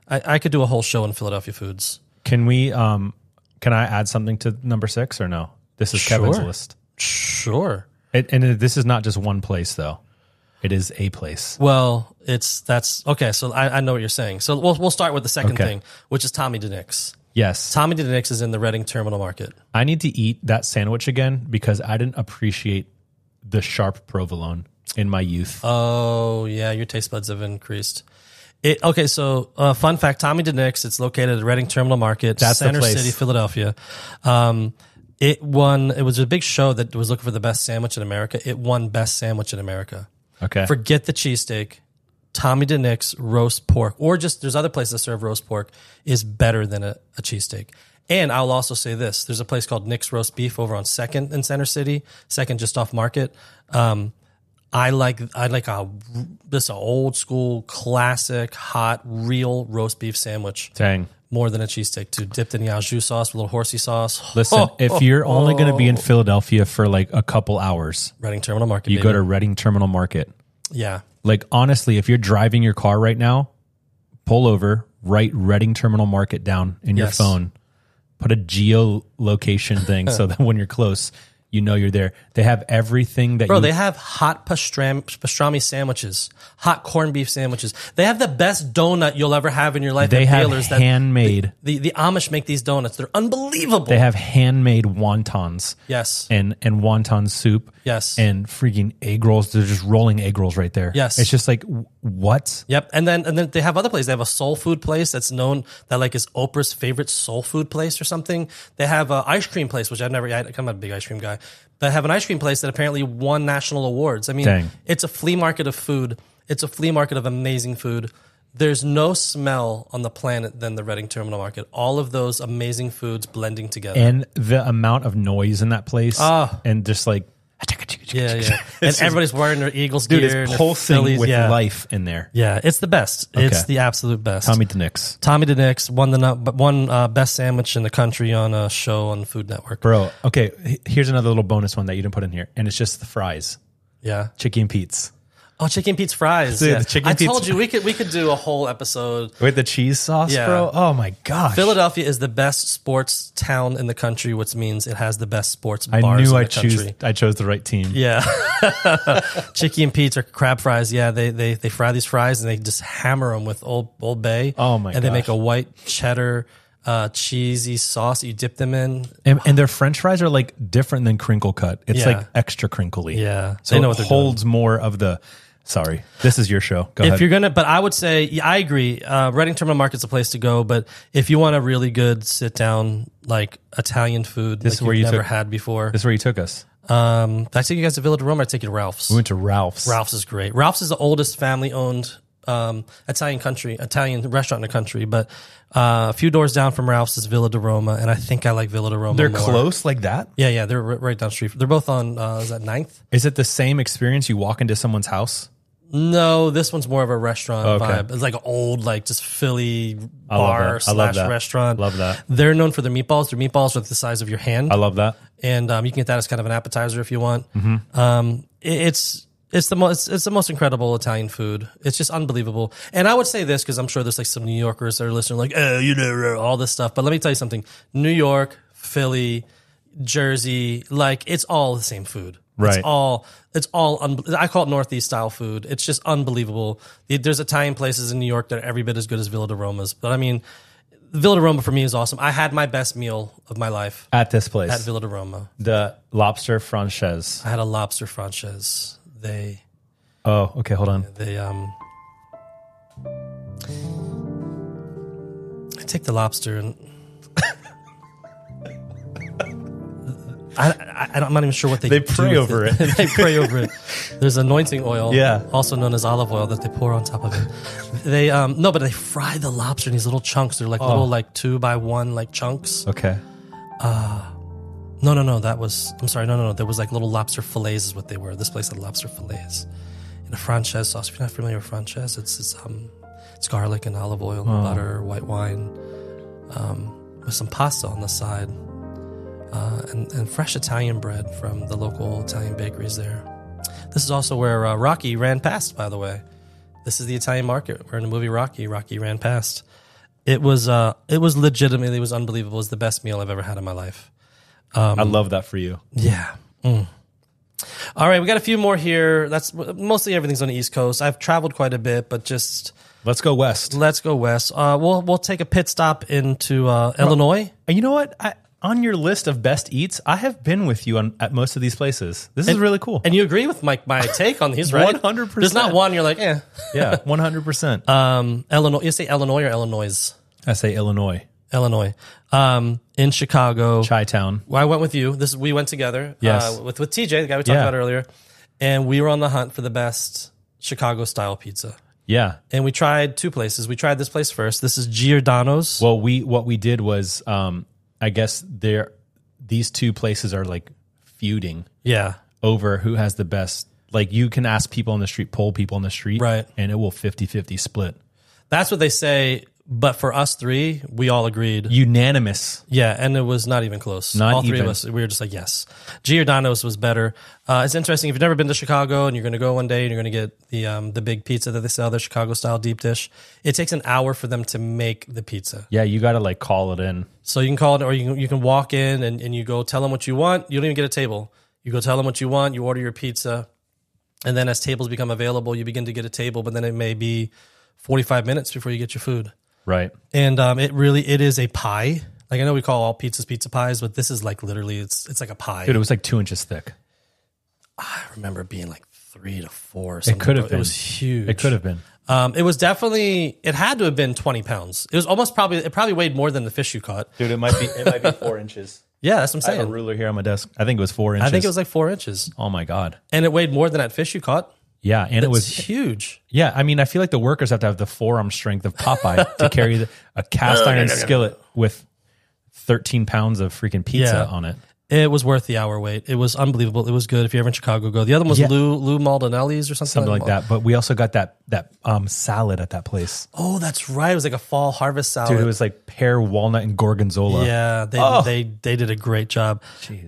Speaker 2: I, I could do a whole show on Philadelphia foods.
Speaker 1: Can we? Um, can I add something to number six or no? This is Kevin's
Speaker 2: Sure.
Speaker 1: list,
Speaker 2: Sure.
Speaker 1: it, and it- this is not just one place though. It is a place.
Speaker 2: Well, it's that's okay. So I, I know what you're saying. So we'll we'll start with the second
Speaker 1: Okay.
Speaker 2: thing, which is Tommy DeNix.
Speaker 1: Yes,
Speaker 2: Tommy DeNix is in the Reading Terminal Market.
Speaker 1: I need to eat that sandwich again because I didn't appreciate the sharp provolone in my youth.
Speaker 2: Oh yeah, your taste buds have increased. It, okay, so uh, fun fact: Tommy DeNix. It's located at Reading Terminal Market,
Speaker 1: the
Speaker 2: Center
Speaker 1: place.
Speaker 2: City, Philadelphia. Um, it won. It was a big show that was looking for the best sandwich in America. It won best sandwich in America.
Speaker 1: okay,
Speaker 2: Forget the cheesesteak. Tommy DeNix roast pork, or just there's other places that serve roast pork, is better than a, a cheesesteak. And I'll also say this: there's a place called Nick's Roast Beef over on Second in Center City, Second just off Market. Um, I like I like a this a old school classic hot real roast beef sandwich
Speaker 1: dang.
Speaker 2: more than a cheesesteak too, dipped in Yazoo sauce with a little horsey sauce.
Speaker 1: Listen, if you're only going to be in Philadelphia for like a couple hours,
Speaker 2: Reading Terminal Market,
Speaker 1: you go to Reading Terminal Market.
Speaker 2: yeah.
Speaker 1: Like honestly, if you're driving your car right now, pull over, write Reading Terminal Market down in your
Speaker 2: Yes.
Speaker 1: phone. Put a geolocation thing so that when you're close, you know you're there. They have everything that
Speaker 2: Bro,
Speaker 1: you
Speaker 2: they have hot pastram- pastrami sandwiches, hot corned beef sandwiches. They have the best donut you'll ever have in your life.
Speaker 1: they
Speaker 2: at
Speaker 1: have
Speaker 2: Baylor's that
Speaker 1: handmade.
Speaker 2: the, the Amish make these donuts. They're unbelievable.
Speaker 1: they have handmade wontons.
Speaker 2: yes.
Speaker 1: And and wonton soup.
Speaker 2: Yes.
Speaker 1: And freaking egg rolls. They're just rolling egg rolls right there.
Speaker 2: Yes.
Speaker 1: It's just like w- what?
Speaker 2: Yep, and then and then they have other places. They have a soul food place that's known that like is Oprah's favorite soul food place or something. They have an ice cream place, which I've never. I- I'm not a big ice cream guy. They have an ice cream place that apparently won national awards. I mean,
Speaker 1: Dang.
Speaker 2: it's a flea market of food. It's a flea market of amazing food. There's no smell on the planet than the Reading Terminal Market. All of those amazing foods blending together.
Speaker 1: And the amount of noise in that place. and just like
Speaker 2: Ah. Yeah, yeah. and everybody's wearing their Eagles
Speaker 1: Dude,
Speaker 2: gear. and
Speaker 1: it's
Speaker 2: their
Speaker 1: pulsing
Speaker 2: Phillies,
Speaker 1: with
Speaker 2: yeah.
Speaker 1: life in there.
Speaker 2: Yeah, it's the best. It's
Speaker 1: Okay.
Speaker 2: the absolute best.
Speaker 1: Tommy Denix.
Speaker 2: Tommy DeNix won the nu- but won uh, best sandwich in the country on a show on Food Network.
Speaker 1: Bro, okay, h- here's another little bonus one that you didn't put in here, and it's just the fries,
Speaker 2: Yeah.
Speaker 1: chicken Pete's
Speaker 2: Oh, chicken Pete's fries.
Speaker 1: Dude,
Speaker 2: yeah.
Speaker 1: the chicken
Speaker 2: I
Speaker 1: Pete's-
Speaker 2: told you we could we could do a whole episode.
Speaker 1: with the cheese sauce,
Speaker 2: Yeah.
Speaker 1: bro. Oh my gosh,
Speaker 2: Philadelphia is the best sports town in the country, which means it has the best sports
Speaker 1: I
Speaker 2: bars in
Speaker 1: knew
Speaker 2: the
Speaker 1: I
Speaker 2: country.
Speaker 1: choose I chose the right team.
Speaker 2: Yeah. Chicky and Pete's or crab fries. Yeah, they, they they fry these fries and they just hammer them with Old Old Bay.
Speaker 1: Oh, my
Speaker 2: And they make
Speaker 1: gosh.
Speaker 2: a white cheddar uh, cheesy sauce that you dip them in.
Speaker 1: And, and their French fries are like different than crinkle cut. It's
Speaker 2: Yeah.
Speaker 1: like extra crinkly.
Speaker 2: Yeah.
Speaker 1: so
Speaker 2: They know what
Speaker 1: it
Speaker 2: they're doing.
Speaker 1: holds more of the. Sorry, this is your show. Go
Speaker 2: If
Speaker 1: ahead.
Speaker 2: you're gonna, but I would say yeah, I agree. Uh, Reading Terminal Market's a place to go, but if you want a really good sit down like Italian food, this
Speaker 1: is where you
Speaker 2: never
Speaker 1: took-
Speaker 2: had before.
Speaker 1: This is where you took us.
Speaker 2: Um, did I take you guys to Villa de Roma. or I take you to Ralph's.
Speaker 1: We went to Ralph's.
Speaker 2: Ralph's is great. Ralph's is the oldest family owned um, Italian country Italian restaurant in the country. But uh, a few doors down from Ralph's is Villa de Roma, and I think I like Villa de Roma.
Speaker 1: They're
Speaker 2: more.
Speaker 1: close like that.
Speaker 2: Yeah, yeah, they're ri- right down the street. They're both on. Uh, is that Ninth?
Speaker 1: Is it the same experience you walk into someone's house?
Speaker 2: No, this one's more of a restaurant
Speaker 1: Okay.
Speaker 2: vibe. It's like an old, like just Philly
Speaker 1: love
Speaker 2: bar
Speaker 1: that. I love
Speaker 2: slash
Speaker 1: that.
Speaker 2: restaurant.
Speaker 1: Love that.
Speaker 2: They're known for their meatballs. Their meatballs are the size of your hand.
Speaker 1: I love that.
Speaker 2: and um, you can get that as kind of an appetizer if you want. Um, it- it's it's the most it's the most incredible Italian food. It's just unbelievable. And I would say this because I'm sure there's like some New Yorkers that are listening, like oh, you know, all this stuff. But let me tell you something: New York, Philly, Jersey, like it's all the same food.
Speaker 1: Right.
Speaker 2: It's all it's all un- I call it northeast style food. It's just unbelievable. There's Italian places in New York that are every bit as good as Villa de Roma's. But I mean, Villa de Roma for me is awesome. I had my best meal of my life
Speaker 1: At this place,
Speaker 2: at Villa de Roma.
Speaker 1: the lobster franchise.
Speaker 2: I had a lobster franchise. They
Speaker 1: Oh, okay. Hold on.
Speaker 2: they um I take the lobster and I, I, I don't- I'm not even sure what they
Speaker 1: They
Speaker 2: do
Speaker 1: pray
Speaker 2: with
Speaker 1: over it.
Speaker 2: they pray over it. There's anointing oil,
Speaker 1: Yeah.
Speaker 2: also known as olive oil, that they pour on top of it. They um no, but they fry the lobster in these little chunks. They're
Speaker 1: Oh.
Speaker 2: like little like two by one like chunks.
Speaker 1: Okay.
Speaker 2: No, no, no. That was. I'm sorry. No, no, no. There was like little lobster fillets is what they were. This place had lobster fillets and a franchise sauce. If you're not familiar with franchise, it's it's um, it's garlic and olive oil and butter, white wine, um, with some pasta on the side, uh, and and fresh Italian bread from the local Italian bakeries there. This is also where uh, Rocky ran past, by the way. This is the Italian market. We're in the movie Rocky. Rocky ran past. It was uh, it was legitimately it was unbelievable. It was the best meal I've ever had in my life.
Speaker 1: I love that for you.
Speaker 2: Yeah. Mm. All right, we got a few more here. That's mostly everything's on the East Coast. I've traveled quite a bit, but just
Speaker 1: Let's go west.
Speaker 2: let's go west. Uh, we'll we'll take a pit stop into uh, Illinois.
Speaker 1: And you know what? I, on your list of best eats, I have been with you on, at most of these places. This is really cool.
Speaker 2: And you agree with my my take on these, right?
Speaker 1: 100%.
Speaker 2: There's not one you're like, eh.
Speaker 1: yeah, one hundred percent.
Speaker 2: Um, Illinois. You say Illinois or Illinois?
Speaker 1: I say Illinois,
Speaker 2: Illinois. Um, in Chicago.
Speaker 1: Chi Town.
Speaker 2: Well, I went with you. This we went together.
Speaker 1: Yes.
Speaker 2: Uh, with with TJ, the guy we talked
Speaker 1: Yeah.
Speaker 2: about earlier, and we were on the hunt for the best Chicago style pizza.
Speaker 1: Yeah.
Speaker 2: and we tried two places. We tried this place first. This is Giordano's.
Speaker 1: Well, we what we did was, um, I guess there, these two places are like feuding
Speaker 2: yeah,
Speaker 1: over who has the best. Like you can ask people on the street, poll people on the street,
Speaker 2: Right.
Speaker 1: And it will 50-50 split,
Speaker 2: that's what they say. But for us three, we all agreed.
Speaker 1: unanimous.
Speaker 2: Yeah, and it was not even close.
Speaker 1: Not
Speaker 2: all three
Speaker 1: even.
Speaker 2: of us, we were just like, yes. Giordano's was better. Uh, it's interesting if you've never been to Chicago and you're going to go one day and you're going to get the um, the big pizza that they sell, the Chicago style deep dish. It takes an hour for them to make the pizza.
Speaker 1: Yeah, you got to like call it in.
Speaker 2: So you can call it, or you can, you can walk in and, and you go tell them what you want. You don't even get a table. You go tell them what you want. You order your pizza, and then as tables become available, you begin to get a table. But then it may be forty five minutes before you get your food.
Speaker 1: Right.
Speaker 2: And um, it really it is a pie. Like I know we call all pizzas pizza pies, but this is like literally it's it's like a pie.
Speaker 1: Dude, it was like two inches thick.
Speaker 2: I remember it being like three to four. Or something.
Speaker 1: could have
Speaker 2: but
Speaker 1: been.
Speaker 2: It was huge.
Speaker 1: It could have been.
Speaker 2: Um, it was definitely. It had to have been twenty pounds. It was almost probably. It probably weighed more than the fish you caught.
Speaker 1: Dude, it might be. It might be four inches.
Speaker 2: Yeah, that's what I'm
Speaker 1: I have a
Speaker 2: saying.
Speaker 1: ruler here on my desk. I think it was four inches.
Speaker 2: I think it was like four inches,
Speaker 1: Oh my god.
Speaker 2: and it weighed more than that fish you caught.
Speaker 1: Yeah, and it
Speaker 2: It was
Speaker 1: was.
Speaker 2: huge.
Speaker 1: Yeah, I mean, I feel like the workers have to have the forearm strength of Popeye to carry the, a cast iron skillet with thirteen pounds of freaking pizza
Speaker 2: Yeah.
Speaker 1: on it.
Speaker 2: It was worth the hour wait. It was unbelievable. It was good. If you're ever in Chicago, go. The other one was
Speaker 1: Yeah.
Speaker 2: Lou Lou Maldonelli's or something,
Speaker 1: something like that. But we also got that that um, salad at that place.
Speaker 2: Oh, that's right. It was like a fall harvest salad.
Speaker 1: Dude, it was Oh. like pear, walnut, and gorgonzola.
Speaker 2: Yeah, they they they did a great job.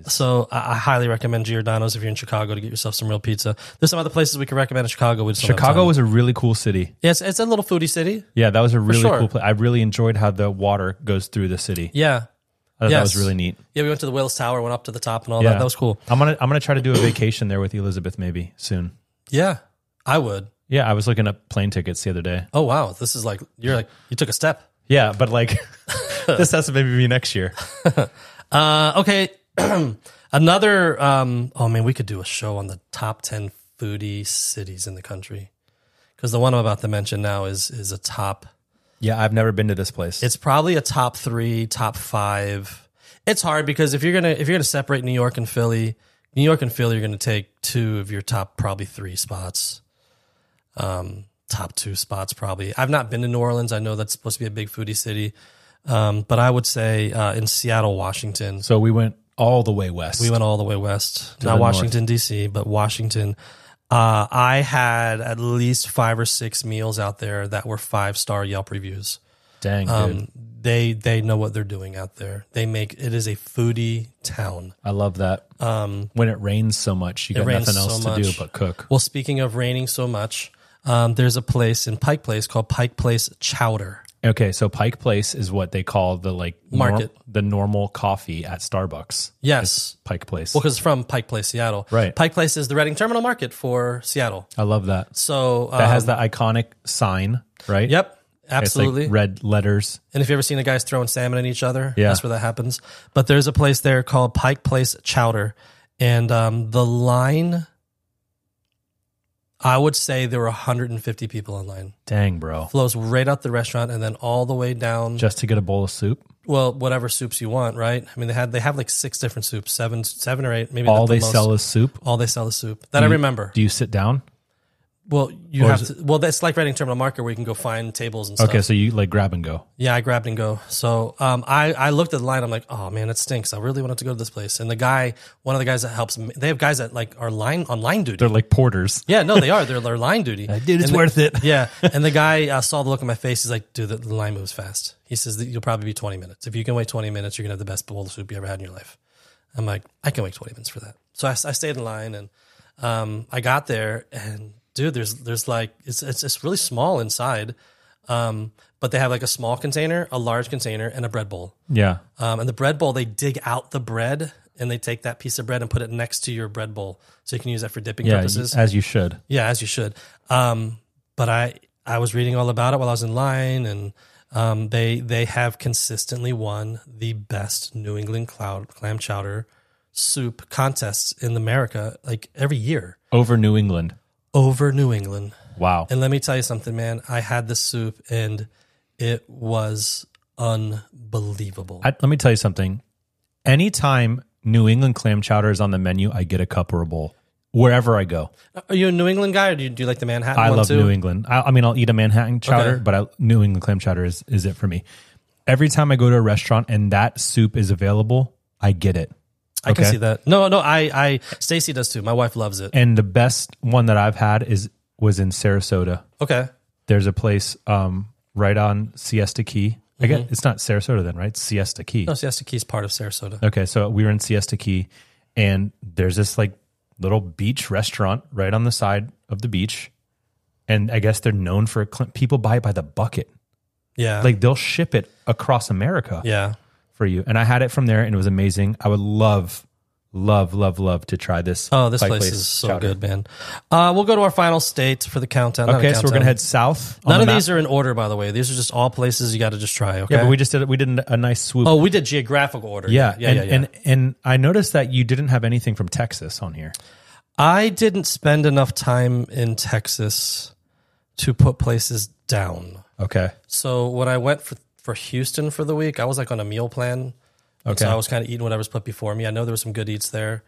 Speaker 2: So I, I highly recommend Giordano's if you're in Chicago to get yourself some real pizza. There's some other places we could recommend in Chicago. We just don't have
Speaker 1: Chicago
Speaker 2: time.
Speaker 1: was a really cool city.
Speaker 2: yeah, it's, it's a little foodie city.
Speaker 1: Yeah, that was a really
Speaker 2: sure.
Speaker 1: cool place. I really enjoyed how the water goes through the city.
Speaker 2: Yeah,
Speaker 1: I thought that was
Speaker 2: yes.
Speaker 1: really neat.
Speaker 2: yeah. We went to the Wales Tower, went up to the top, and all
Speaker 1: Yeah.
Speaker 2: that. That was cool.
Speaker 1: I'm gonna I'm gonna try to do a vacation there with Elizabeth maybe soon.
Speaker 2: Yeah, I would.
Speaker 1: Yeah, I was looking up plane tickets the other day.
Speaker 2: Oh wow, this is like you're like you took a step.
Speaker 1: Yeah, but like this has to maybe be next year.
Speaker 2: Uh, okay, another. Um, oh man, we could do a show on the top ten foodie cities in the country because the one I'm about to mention now is is a top
Speaker 1: Yeah, I've never been to this place.
Speaker 2: It's probably a top three, top five. It's hard because if you're gonna if you're gonna separate New York and Philly, New York and Philly are gonna take two of your top probably three spots. Um, top two spots probably. I've not been to New Orleans. I know that's supposed to be a big foodie city. Um, but I would say uh, in Seattle, Washington,
Speaker 1: so we went all the way west.
Speaker 2: we went all the way west,
Speaker 1: the
Speaker 2: not
Speaker 1: north.
Speaker 2: Washington D.C., but Washington. Uh, I had at least five or six meals out there that were five star Yelp reviews.
Speaker 1: Dang, dude.
Speaker 2: Um, they they know what they're doing out there. They make it is a foodie town.
Speaker 1: I love that.
Speaker 2: Um,
Speaker 1: when it rains so much, you got
Speaker 2: rains
Speaker 1: nothing else
Speaker 2: so
Speaker 1: to do
Speaker 2: much.
Speaker 1: but cook.
Speaker 2: well, speaking of raining so much, um, there's a place in Pike Place called Pike Place Chowder.
Speaker 1: Okay, so Pike Place is what they call the like nor-
Speaker 2: Market.
Speaker 1: the normal coffee at Starbucks.
Speaker 2: Yes,
Speaker 1: Pike Place.
Speaker 2: because it's from Pike Place, Seattle.
Speaker 1: Right.
Speaker 2: Pike Place is the Reading Terminal Market for Seattle.
Speaker 1: I love that.
Speaker 2: So um,
Speaker 1: That has the iconic sign, right?
Speaker 2: Yep,
Speaker 1: It's like
Speaker 2: absolutely.
Speaker 1: red letters.
Speaker 2: And if you ever seen the guys throwing salmon at each other,
Speaker 1: Yeah.
Speaker 2: that's where that happens. But there's a place there called Pike Place Chowder, and um, the line. I would say there were 150 people in line.
Speaker 1: Dang, bro.
Speaker 2: Flows right out the restaurant and then all the way down.
Speaker 1: Just to get a bowl of soup.
Speaker 2: well, whatever soups you want, right? I mean, they had they have like six different soups, seven, seven or eight, maybe
Speaker 1: All
Speaker 2: at the
Speaker 1: they
Speaker 2: most.
Speaker 1: sell is soup.
Speaker 2: All they sell is soup that I remember.
Speaker 1: Do you sit down?
Speaker 2: well, you
Speaker 1: Or
Speaker 2: have
Speaker 1: is
Speaker 2: to. Well, that's like Reading Terminal Market where you can go find tables and stuff.
Speaker 1: Okay, so you like grab and go.
Speaker 2: Yeah, I grabbed and go. So um, I I looked at the line. I'm like, oh man, it stinks. I really wanted to go to this place. And the guy, one of the guys that helps, me- they have guys that like are line on line duty.
Speaker 1: They're like porters.
Speaker 2: yeah, no, they are. They're, they're line duty.
Speaker 1: Dude, it's
Speaker 2: And the-
Speaker 1: worth it.
Speaker 2: yeah, and the guy uh, saw the look on my face. He's like, dude, the, the line moves fast. He says that you'll probably be 20 minutes. If you can wait 20 minutes, you're gonna have the best bowl of soup you ever had in your life. I'm like, I can wait 20 minutes for that. So I, I stayed in line and um, I got there and dude, there's there's like it's it's, it's really small inside. Um, but they have like a small container, a large container, and a bread bowl.
Speaker 1: Yeah.
Speaker 2: Um, and the bread bowl, they dig out the bread and they take that piece of bread and put it next to your bread bowl, so you can use that for dipping
Speaker 1: Yeah,
Speaker 2: purposes.
Speaker 1: as you should.
Speaker 2: Yeah, as you should. Um, but I I was reading all about it while I was in line, and um, they they have consistently won the best New England cloud, clam chowder soup contests in America, like every year
Speaker 1: Over New England.
Speaker 2: over New England.
Speaker 1: Wow.
Speaker 2: And let me tell you something, man. I had this soup, and it was unbelievable.
Speaker 1: I, let me tell you something. Anytime New England clam chowder is on the menu, I get a cup or a bowl wherever I go.
Speaker 2: Are you a New England guy, or do you, do you like the Manhattan
Speaker 1: I
Speaker 2: one
Speaker 1: love
Speaker 2: too?
Speaker 1: New England. I, I mean, I'll eat a Manhattan chowder,
Speaker 2: Okay.
Speaker 1: but I, New England clam chowder is is it for me. Every time I go to a restaurant and that soup is available, I get it.
Speaker 2: I can
Speaker 1: Okay.
Speaker 2: see that. No, no, I, I, Stacy does too. My wife loves it.
Speaker 1: And the best one that I've had is was in Sarasota.
Speaker 2: Okay.
Speaker 1: There's a place um, right on Siesta Key. I guess it's not Sarasota then, right? It's Siesta Key.
Speaker 2: Mm-hmm. No, Siesta Key is part of Sarasota.
Speaker 1: Okay, so we were in Siesta Key, and there's this like little beach restaurant right on the side of the beach, and I guess they're known for cl- people buy it by the bucket.
Speaker 2: Yeah.
Speaker 1: Like they'll ship it across America
Speaker 2: yeah.
Speaker 1: for you. And I had it from there, and it was amazing. I would love, love, love, love to try this.
Speaker 2: Oh, this
Speaker 1: Thai
Speaker 2: place, is so
Speaker 1: chowder.
Speaker 2: good, man. Uh, we'll go to our final state for the countdown. not a
Speaker 1: Okay, so we're
Speaker 2: countdown.
Speaker 1: gonna head south. on
Speaker 2: None
Speaker 1: the
Speaker 2: of
Speaker 1: map.
Speaker 2: these are in order, by the way. These are just all places you got to just try. Okay.
Speaker 1: Yeah, but we just did it. We did a nice swoop.
Speaker 2: oh, we did geographical order.
Speaker 1: yeah,
Speaker 2: Yeah.
Speaker 1: and,
Speaker 2: yeah, yeah.
Speaker 1: and and I noticed that you didn't have anything from Texas on here.
Speaker 2: I didn't spend enough time in Texas to put places down.
Speaker 1: Okay,
Speaker 2: So when I went for, for Houston for the week, I was like on a meal plan. And So
Speaker 1: Okay.
Speaker 2: I was kind of eating whatever's put before me. I know there was some good eats there.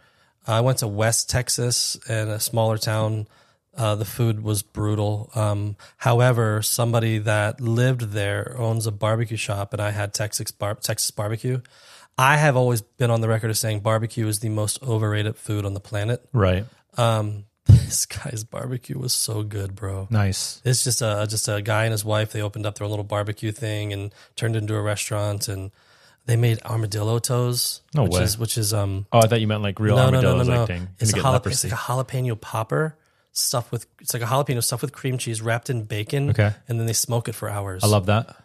Speaker 2: I went to West Texas and a smaller town. Uh, the food was brutal. Um, however, somebody that lived there owns a barbecue shop, and I had Texas bar- Texas barbecue. I have always been on the record of saying barbecue is the most overrated food on the planet.
Speaker 1: Right.
Speaker 2: Um, this guy's barbecue was so good, bro.
Speaker 1: Nice.
Speaker 2: It's just a just a guy and his wife. They opened up their little barbecue thing and turned it into a restaurant, and they made armadillo toes.
Speaker 1: No
Speaker 2: which
Speaker 1: way.
Speaker 2: Is, which is um
Speaker 1: Oh, I thought you meant like real
Speaker 2: no no no no
Speaker 1: armadillos.
Speaker 2: no.
Speaker 1: Like, dang,
Speaker 2: It's, a
Speaker 1: gonna get
Speaker 2: jalap- it's
Speaker 1: leprosy.
Speaker 2: like a jalapeno popper stuffed with it's like a jalapeno stuffed with cream cheese wrapped in bacon.
Speaker 1: Okay.
Speaker 2: and then they smoke it for hours.
Speaker 1: I love that.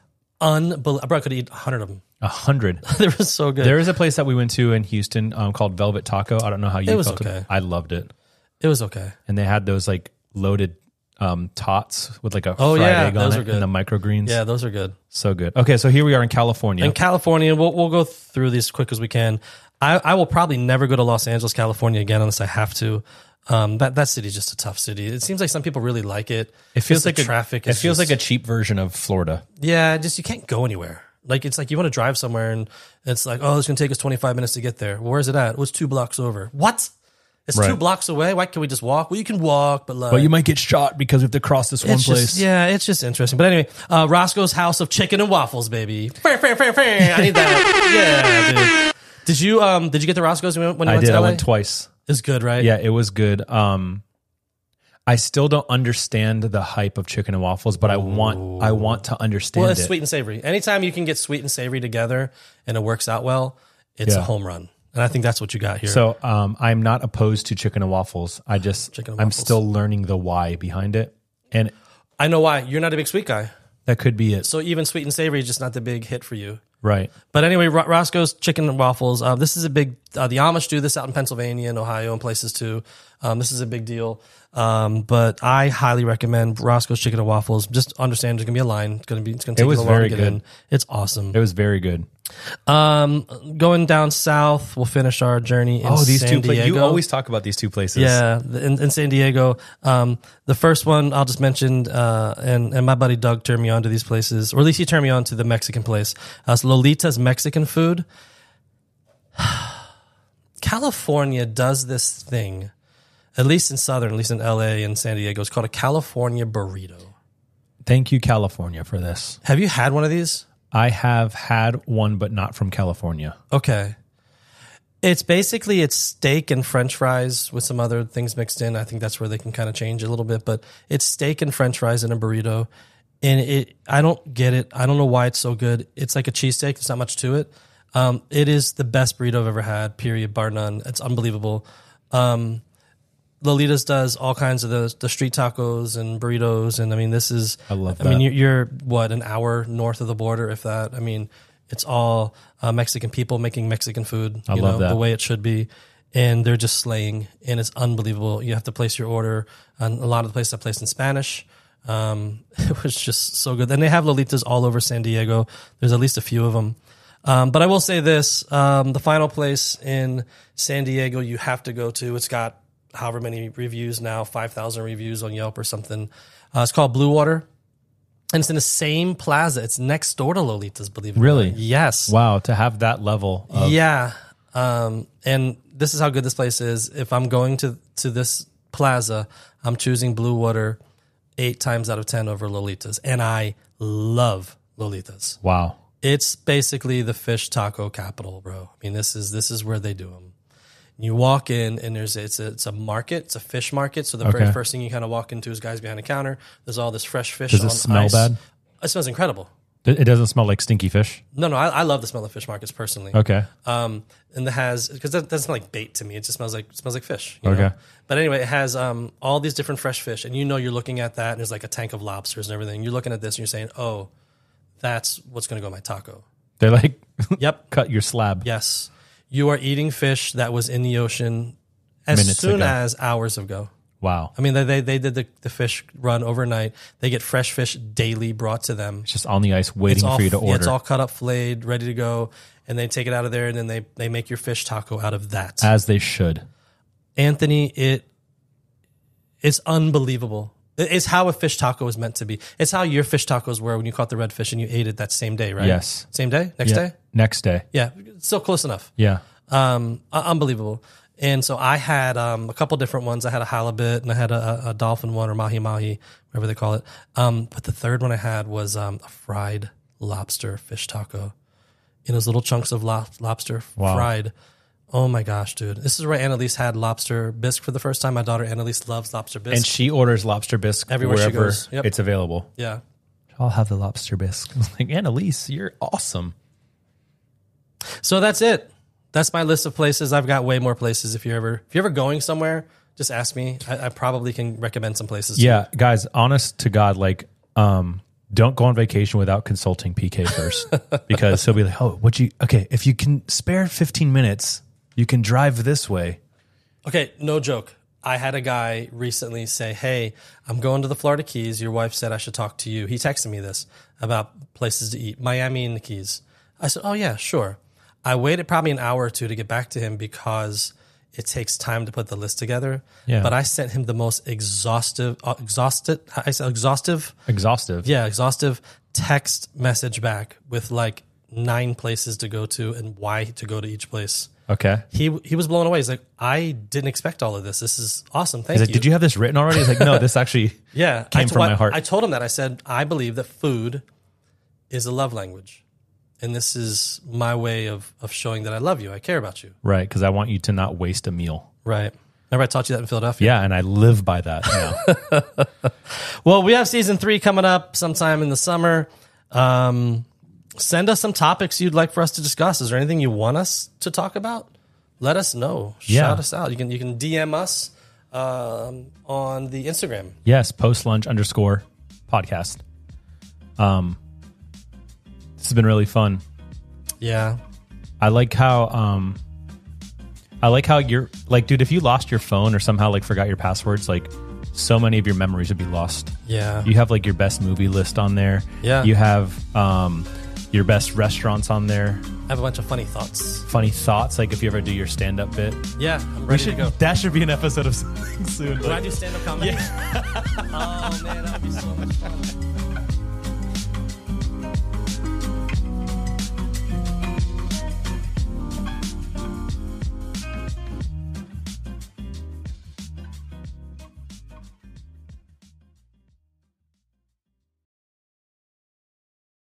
Speaker 2: Unbelievable! Bro, I could eat hundred of them.
Speaker 1: A hundred.
Speaker 2: they were so good.
Speaker 1: There is a place that we went to in Houston um, called Velvet Taco. I don't know how you
Speaker 2: It was
Speaker 1: felt.
Speaker 2: okay.
Speaker 1: I loved it,
Speaker 2: it was okay.
Speaker 1: and they had those like loaded um, tots with like a
Speaker 2: Oh,
Speaker 1: fried
Speaker 2: yeah,
Speaker 1: egg on
Speaker 2: those
Speaker 1: it
Speaker 2: are good.
Speaker 1: and the microgreens.
Speaker 2: Yeah, those are good.
Speaker 1: so good. Okay, so here we are in California.
Speaker 2: In California, we'll, we'll go through these as quick as we can. I, I will probably never go to Los Angeles, California again unless I have to. Um, that that city's just a tough city. It seems like some people really like it.
Speaker 1: it feels
Speaker 2: Just the
Speaker 1: like a,
Speaker 2: traffic.
Speaker 1: It
Speaker 2: is
Speaker 1: feels
Speaker 2: just-
Speaker 1: like a cheap version of Florida.
Speaker 2: yeah. Just you can't go anywhere. Like it's like you want to drive somewhere and it's like oh it's gonna take us twenty five minutes to get there. Well, where's it at? Well, it's two blocks over. What? It's two
Speaker 1: Right.
Speaker 2: blocks away. Why can't we just walk? Well, you can walk, but like
Speaker 1: But you might get shot because we have to cross this one
Speaker 2: it's
Speaker 1: place.
Speaker 2: just- yeah, it's just interesting. But anyway, uh, Roscoe's House of Chicken and Waffles, baby. Fair, fair, fair, fair. I need that. yeah, dude. Did you um? Did you get to Roscoe's when you went- when you
Speaker 1: I
Speaker 2: went
Speaker 1: did.
Speaker 2: to
Speaker 1: I
Speaker 2: LA?
Speaker 1: went twice.
Speaker 2: it's good, right?
Speaker 1: Yeah, it was good. Um I still don't understand the hype of chicken and waffles, but I want I want to understand
Speaker 2: Well, it's
Speaker 1: it.
Speaker 2: sweet and savory. Anytime you can get sweet and savory together and it works out well, it's a
Speaker 1: Yeah.
Speaker 2: home run. And I think that's what you got here.
Speaker 1: So um I'm not opposed to chicken and waffles. I just
Speaker 2: Chicken and
Speaker 1: I'm
Speaker 2: waffles.
Speaker 1: still learning the why behind it. And
Speaker 2: I know why you're not a big sweet guy.
Speaker 1: that could be it.
Speaker 2: So even sweet and savory is just not the big hit for you.
Speaker 1: Right.
Speaker 2: But anyway, Ro- Roscoe's Chicken and Waffles. Uh, this is a big. Uh, the Amish do this out in Pennsylvania and Ohio and places too. Um, this is a big deal. Um, but I highly recommend Roscoe's Chicken and Waffles. Just understand there's gonna be a line. It's gonna be. It's gonna take
Speaker 1: was
Speaker 2: you a while to
Speaker 1: very
Speaker 2: get
Speaker 1: good.
Speaker 2: in. It's awesome.
Speaker 1: It was very good.
Speaker 2: Um, going down south, we'll finish our journey. In
Speaker 1: Oh, these
Speaker 2: San
Speaker 1: two places. You
Speaker 2: Diego.
Speaker 1: always talk about these two places.
Speaker 2: Yeah, the- in, in San Diego. Um, the first one I'll just mention, uh, and, and my buddy Doug turned me on to these places, or at least he turned me on to the Mexican place. Uh, it's Lolita's Mexican food. California does this thing, at least in Southern, at least in LA and San Diego. It's called a California burrito.
Speaker 1: Thank you, California, for this.
Speaker 2: Have you had one of these?
Speaker 1: I have had one, but not from California.
Speaker 2: Okay. It's basically it's steak and french fries with some other things mixed in. I think that's where they can kind of change a little bit, but it's steak and french fries in a burrito. And it I don't get it. I don't know why it's so good. It's like a cheesesteak, there's not much to it. Um, it is the best burrito I've ever had, period, bar none. It's unbelievable. Um, Lolitas does all kinds of the the street tacos and burritos, and I mean, this is I
Speaker 1: love
Speaker 2: I mean,
Speaker 1: that.
Speaker 2: you're, you're what an hour north of the border, if that. I mean, it's all uh, Mexican people making Mexican food. I you
Speaker 1: love
Speaker 2: know,
Speaker 1: that.
Speaker 2: the way it should be, and they're just slaying, and it's unbelievable. You have to place your order, and a lot of the places I placed in Spanish. Um, it was just so good, and they have Lolitas all over San Diego. There's at least a few of them. Um, but I will say this: um, the final place in San Diego you have to go to. It's got however many reviews now, five thousand reviews on Yelp or something. Uh, it's called Blue Water, and it's in the same plaza. It's next door to Lolitas. Believe it or
Speaker 1: Really?
Speaker 2: not. Yes.
Speaker 1: Wow, to have that level of
Speaker 2: Yeah. Um, and this is how good this place is. If I'm going to to this plaza, I'm choosing Blue Water eight times out of ten over Lolitas, and I love Lolitas.
Speaker 1: wow.
Speaker 2: It's basically the fish taco capital, bro. I mean, this is this is where they do them. You walk in and there's it's a, it's a market, it's a fish market. So the very
Speaker 1: Okay.
Speaker 2: first thing you kind of walk into is guys behind the counter. There's all this fresh fish.
Speaker 1: Does it
Speaker 2: on
Speaker 1: smell
Speaker 2: ice.
Speaker 1: bad?
Speaker 2: It smells incredible.
Speaker 1: It it doesn't smell like stinky fish.
Speaker 2: No, no, I, I love the smell of fish markets personally.
Speaker 1: Okay.
Speaker 2: Um, and it has because that doesn't smell like bait to me. It just smells like smells like fish. you
Speaker 1: Okay.
Speaker 2: know? But anyway, it has um all these different fresh fish, and you know you're looking at that, and there's like a tank of lobsters and everything. You're looking at this, and you're saying, "Oh, that's what's going to go in my taco."
Speaker 1: They're like
Speaker 2: Yep.
Speaker 1: cut your slab.
Speaker 2: Yes. You are eating fish that was in the ocean as
Speaker 1: Minutes
Speaker 2: soon
Speaker 1: ago.
Speaker 2: as hours ago.
Speaker 1: Wow.
Speaker 2: I mean, they, they, they did the, the fish run overnight. They get fresh fish daily brought to them.
Speaker 1: It's just on the ice waiting
Speaker 2: all,
Speaker 1: for you to
Speaker 2: yeah,
Speaker 1: order.
Speaker 2: it's all cut up, flayed, ready to go. And they take it out of there and then they, they make your fish taco out of that.
Speaker 1: as they should.
Speaker 2: Anthony, it it's unbelievable. It- It's how a fish taco is meant to be. It's how your fish tacos were when you caught the red fish and you ate it that same day, right?
Speaker 1: Yes.
Speaker 2: Same day? Next day?
Speaker 1: Next day.
Speaker 2: Yeah. Still close enough.
Speaker 1: Yeah.
Speaker 2: um, uh, unbelievable. And so I had um, a couple different ones. I had a halibut and I had a, a- a dolphin one or mahi mahi, whatever they call it. Um, but the third one I had was um, a fried lobster fish taco. in those little chunks of lo- lobster
Speaker 1: Wow.
Speaker 2: fried. Oh my gosh, dude. This is where Annalise had lobster bisque for the first time. My daughter Annalise loves lobster bisque.
Speaker 1: And she orders lobster bisque
Speaker 2: Everywhere she
Speaker 1: wherever
Speaker 2: goes. Yep.
Speaker 1: it's available.
Speaker 2: yeah.
Speaker 1: I'll have the lobster bisque. I was like, Annalise, you're awesome.
Speaker 2: So that's it. That's my list of places. I've got way more places. If you're ever if you're ever going somewhere, just ask me. I, I probably can recommend some places. to
Speaker 1: Yeah, guys, honest to God, like, um, don't go on vacation without consulting PK first because he'll be like, oh, what you, okay, if you can spare 15 minutes, you can drive this way.
Speaker 2: Okay, no joke. I had a guy recently say, Hey, I'm going to the Florida Keys. Your wife said I should talk to you. He texted me this about places to eat, Miami and the Keys. I said, Oh, yeah, sure. I waited probably an hour or two to get back to him because it takes time to put the list together.
Speaker 1: Yeah.
Speaker 2: But I sent him the most exhaustive, uh, exhausted, I said exhaustive,
Speaker 1: Exhaustive.
Speaker 2: yeah, exhaustive text message back with like nine places to go to and why to go to each place
Speaker 1: Okay.
Speaker 2: he he was blown away. He's like, I didn't expect all of this. This is awesome. Thank
Speaker 1: He's like,
Speaker 2: you.
Speaker 1: did you have this written already? He's like, no, this actually,
Speaker 2: Yeah, I
Speaker 1: Came
Speaker 2: to-
Speaker 1: from my
Speaker 2: I-
Speaker 1: heart.
Speaker 2: I told him that. I said, I believe that food is a love language, and this is my way of of showing that I love you. I care about you.
Speaker 1: right, because I want you to not waste a meal.
Speaker 2: Right. Remember, I taught you that in Philadelphia.
Speaker 1: Yeah, and I live by that now.
Speaker 2: Well, we have season three coming up sometime in the summer. Um, send us some topics you'd like for us to discuss. Is there anything you want us to talk about? Let us know.
Speaker 1: Yeah.
Speaker 2: Shout us out. You can you can DM us um, on the Instagram.
Speaker 1: yes, post lunch underscore podcast. Um, this has been really fun.
Speaker 2: Yeah.
Speaker 1: I like how um I like how you're like, dude, if you lost your phone or somehow like forgot your passwords, like so many of your memories would be lost.
Speaker 2: Yeah.
Speaker 1: You have like your best movie list on there.
Speaker 2: Yeah.
Speaker 1: You have um your best restaurants on there.
Speaker 2: I have a bunch of funny thoughts.
Speaker 1: Funny thoughts, like if you ever do your stand up bit.
Speaker 2: Yeah, I'm
Speaker 1: We
Speaker 2: ready
Speaker 1: should
Speaker 2: to go.
Speaker 1: that should be an episode of something soon.
Speaker 2: When I do stand up comedy. oh man, that would be so much fun.